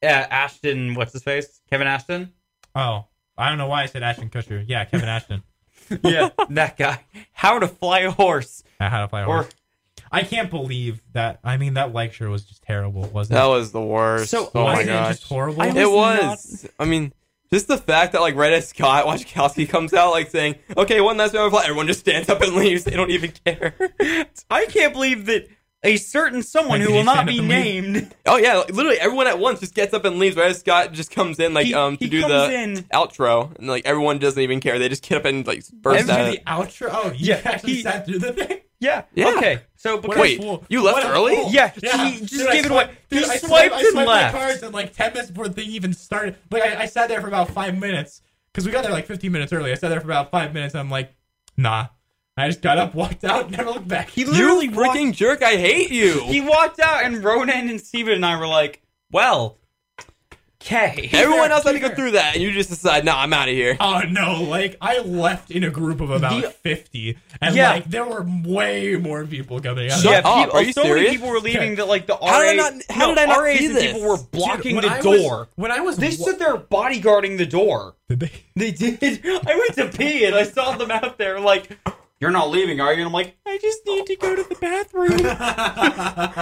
Speaker 4: Ashton, what's his face, Kevin Ashton,
Speaker 3: Oh, I don't know why I said Ashton Kutcher. Yeah, Kevin Ashton.
Speaker 4: yeah, that guy, how to fly a horse,
Speaker 3: I had to fly a
Speaker 4: or
Speaker 3: horse. I can't believe that. I mean, that lecture was just terrible, wasn't
Speaker 2: That
Speaker 3: it?
Speaker 2: was the worst.
Speaker 4: So,
Speaker 2: oh my
Speaker 3: wasn't it
Speaker 2: gosh.
Speaker 3: just horrible?
Speaker 4: I
Speaker 2: It
Speaker 4: was
Speaker 2: was. I mean, just the fact that like right as Scott Wachkowski comes out like saying, "Okay, one last round of applause," everyone just stands up and leaves. They don't even care.
Speaker 4: I can't believe that a certain someone
Speaker 3: Like,
Speaker 4: who
Speaker 3: did he
Speaker 4: will not
Speaker 3: stand up
Speaker 4: be
Speaker 3: and leave?
Speaker 4: named.
Speaker 2: oh yeah, like, literally everyone at once just gets up and leaves right as Scott just comes in like
Speaker 4: He-
Speaker 2: um to
Speaker 4: he
Speaker 2: do
Speaker 4: comes
Speaker 2: the
Speaker 4: in-
Speaker 2: outro, and like everyone doesn't even care. They just get up and like burst
Speaker 4: Everybody-
Speaker 2: out.
Speaker 3: the outro. Oh, you
Speaker 4: Yeah,
Speaker 3: actually
Speaker 4: he-
Speaker 3: sat through the thing.
Speaker 4: Yeah.
Speaker 2: Yeah.
Speaker 4: Okay. So because
Speaker 2: Wait, you left
Speaker 3: What a
Speaker 2: early?
Speaker 3: fool.
Speaker 4: Yeah, he just
Speaker 3: I
Speaker 4: gave it
Speaker 3: swiped-
Speaker 4: away.
Speaker 3: dude,
Speaker 4: He
Speaker 3: I
Speaker 4: swiped
Speaker 3: I
Speaker 4: and
Speaker 3: my
Speaker 4: left.
Speaker 3: cards and like ten minutes before the thing even started. Like I, I sat there for about five minutes because we got there like fifteen minutes early. I sat there for about five minutes. I'm like, nah. I just got up, walked out, never looked back.
Speaker 4: he
Speaker 2: You
Speaker 4: literally walked,
Speaker 2: freaking jerk! I hate you.
Speaker 4: he walked out, and Ronan and Steven and I were like, "Well, okay."
Speaker 2: Everyone else had to go through that, and you just decide, "No, I'm out of here."
Speaker 3: Oh no! Like I left in a group of about
Speaker 4: The-
Speaker 3: fifty, and
Speaker 4: Yeah.
Speaker 3: like there were way more people coming out.
Speaker 2: Shut
Speaker 4: yeah,
Speaker 2: up,
Speaker 4: people,
Speaker 2: are you
Speaker 4: so
Speaker 2: serious?
Speaker 4: many people were leaving that like the RA,
Speaker 2: How did I not-
Speaker 4: no,
Speaker 2: how did I not
Speaker 4: RAs
Speaker 2: see
Speaker 4: and
Speaker 2: this?
Speaker 4: people were blocking
Speaker 3: Dude,
Speaker 4: the
Speaker 3: when I was-
Speaker 4: door.
Speaker 3: when I was
Speaker 4: they
Speaker 3: wa-
Speaker 4: stood there bodyguarding the door.
Speaker 3: Did they?
Speaker 4: They did. I went to pee and I saw them out there like, "You're not leaving, are you?" And I'm like, "I just need to go to the bathroom."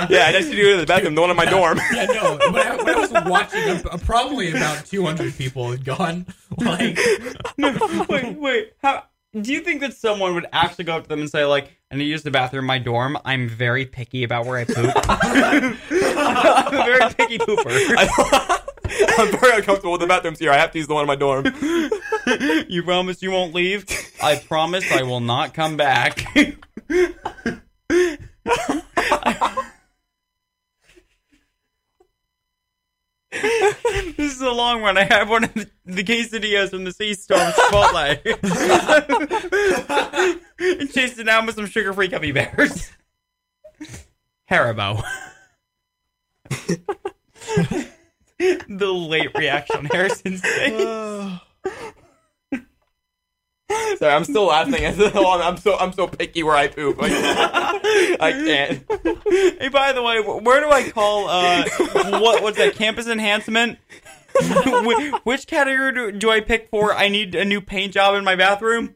Speaker 2: yeah, I just need to go to the bathroom. The one in my dorm.
Speaker 3: Yeah, no. When I, when I was watching, uh, probably about two hundred people had gone. Like,
Speaker 4: no, wait, wait. How do you think that someone would actually go up to them and say, like, I need to use the bathroom in my dorm. I'm very picky about where I poop. I'm a very picky pooper.
Speaker 2: I- I'm very uncomfortable with the bathrooms here. I have to use the one in my dorm.
Speaker 4: you promise you won't leave? I promise I will not come back. this is a long one. I have one of the, the quesadillas from the Sea Storm Chipotle. and chased it down with some sugar free gummy bears. Haribo. the late reaction on Harrison's face.
Speaker 2: Sorry, I'm still laughing. at the one- I'm so I'm so picky where I poop. Like, I can't.
Speaker 4: hey, by the way, wh- where do I call uh, what what's that campus enhancement? Wh- Which category do, do I pick for? I need a new paint job in my bathroom.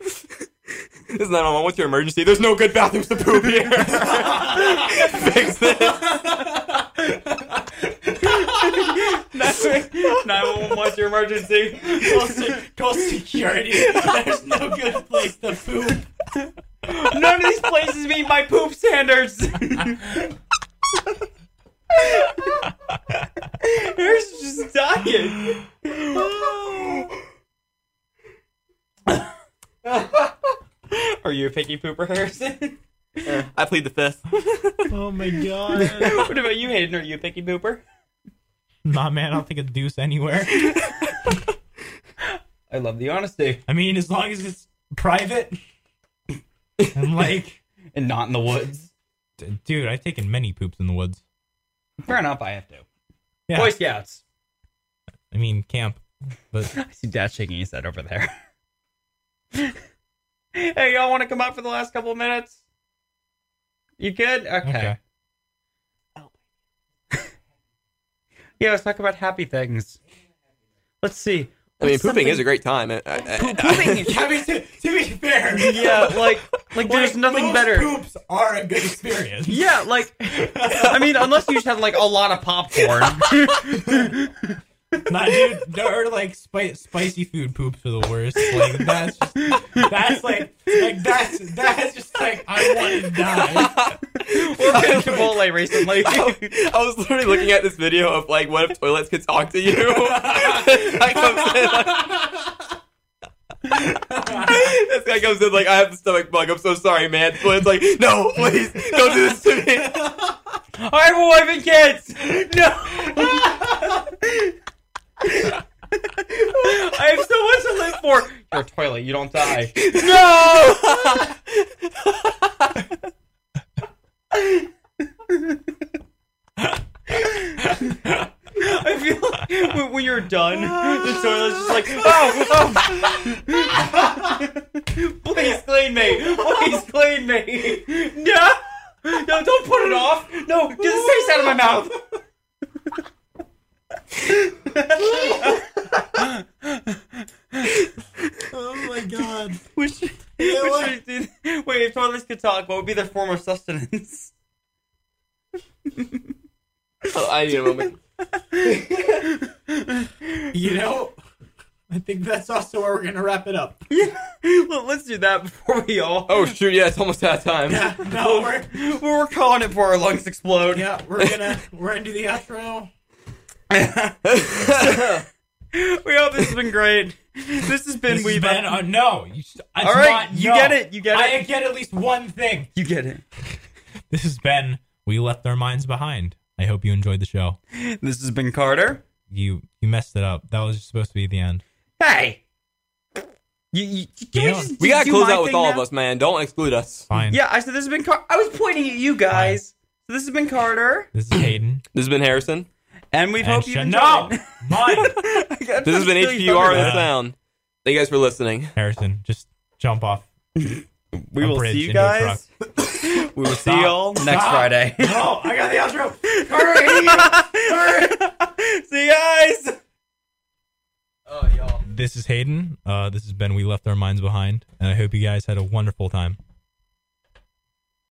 Speaker 2: This is 911. What's your emergency? There's no good bathrooms to poop here. Fix this.
Speaker 4: Nine one one. What's your emergency?
Speaker 3: call, se- call security. There's no good place to poop.
Speaker 4: None of these places meet my poop standards. Harris is just dying. Are you a picky pooper, Harrison?
Speaker 2: I plead the fifth.
Speaker 3: Oh my god.
Speaker 4: what about you, Hayden? Are you a picky pooper?
Speaker 3: Nah, man, I don't think a deuce anywhere.
Speaker 4: I love the honesty.
Speaker 3: I mean, as long as it's private and like,
Speaker 4: And not in the woods.
Speaker 3: d- dude, I've taken many poops in the woods.
Speaker 4: Fair enough, I have to.
Speaker 3: Yeah,
Speaker 4: Boy Scouts.
Speaker 3: I mean camp, but
Speaker 4: I see Dad shaking his head over there. hey, y'all want to come up for the last couple of minutes? You good? Okay.
Speaker 3: Okay.
Speaker 4: Yeah, let's talk about happy things. Let's see.
Speaker 2: I mean,
Speaker 4: What's
Speaker 2: pooping
Speaker 4: something-
Speaker 2: is a great time. I, I, I-
Speaker 4: pooping.
Speaker 14: I mean, to, to be fair,
Speaker 4: yeah, like like there's nothing
Speaker 14: most
Speaker 4: better.
Speaker 14: Poops are a good experience.
Speaker 4: Yeah, like I mean, unless you just have like a lot of popcorn.
Speaker 14: Not dude, there are like spi- spicy food poops are the worst. Like that's just, that's like like that's that's just like I want to die.
Speaker 4: We've been to Chipotle recently.
Speaker 2: Oh, I was literally looking at this video of like, what if toilets could talk to you? I comes in, like- this guy comes in like, I have the stomach bug. I'm so sorry, man. Toilets like, no, please, don't do this to me.
Speaker 4: I have a wife and kids. No. I have so much to live for. Your toilet, you don't die.
Speaker 2: No.
Speaker 4: I feel like when, when you're done, the toilet's just like, oh, oh. please clean me, please clean me. No, no, don't put it off. No, get the taste out of my mouth.
Speaker 13: Oh my god.
Speaker 4: Which, which would be- wait, if toilets could talk, what would be their form of sustenance?
Speaker 2: Oh, I need a moment.
Speaker 14: You know, I think that's also where we're gonna wrap it up.
Speaker 4: Well, let's do that before we all.
Speaker 2: Oh shoot, yeah, it's almost that time.
Speaker 14: Yeah, no, we're
Speaker 4: Well, we're calling it before our lungs explode.
Speaker 14: yeah we're gonna we're gonna do the outro.
Speaker 4: We hope this has been great. This has been
Speaker 14: This has
Speaker 4: we've
Speaker 14: been uh, no. You, it's
Speaker 4: All right,
Speaker 14: not,
Speaker 4: you
Speaker 14: no.
Speaker 4: get it, you get
Speaker 14: I
Speaker 4: it,
Speaker 14: get at least one thing.
Speaker 4: you get it.
Speaker 3: This has been We Left Our Minds Behind. I hope you enjoyed the show.
Speaker 4: This has been Carter.
Speaker 3: You you messed it up. That was supposed to be the end.
Speaker 4: Hey, you, you, can
Speaker 3: Yeah.
Speaker 4: we, just,
Speaker 2: We
Speaker 4: do-
Speaker 2: gotta
Speaker 4: do
Speaker 2: close
Speaker 4: my
Speaker 2: out with
Speaker 4: thing
Speaker 2: all of
Speaker 4: now?
Speaker 2: us, man. Don't exclude us.
Speaker 3: Fine.
Speaker 4: Yeah, I said this has been. Car- I was pointing at you guys. So this has been Carter,
Speaker 3: This is Hayden.
Speaker 2: This has been Harrison.
Speaker 4: and we
Speaker 3: and
Speaker 4: hope you
Speaker 3: Sha-
Speaker 4: enjoyed.
Speaker 3: no,
Speaker 4: it.
Speaker 3: mine.
Speaker 2: This has been HPR and the
Speaker 3: Yeah.
Speaker 2: sound. Thank you guys for listening.
Speaker 3: Harrison, just jump off.
Speaker 4: We
Speaker 3: a
Speaker 4: will
Speaker 3: bridge
Speaker 4: see you
Speaker 3: into a
Speaker 4: guys. we will see
Speaker 3: Stop.
Speaker 4: y'all next
Speaker 14: Stop.
Speaker 4: Friday.
Speaker 14: Oh, I got the outro. Hurry!
Speaker 4: see you guys.
Speaker 3: This is Hayden. Uh, this has been We Left Our Minds Behind, and I hope you guys had a wonderful time.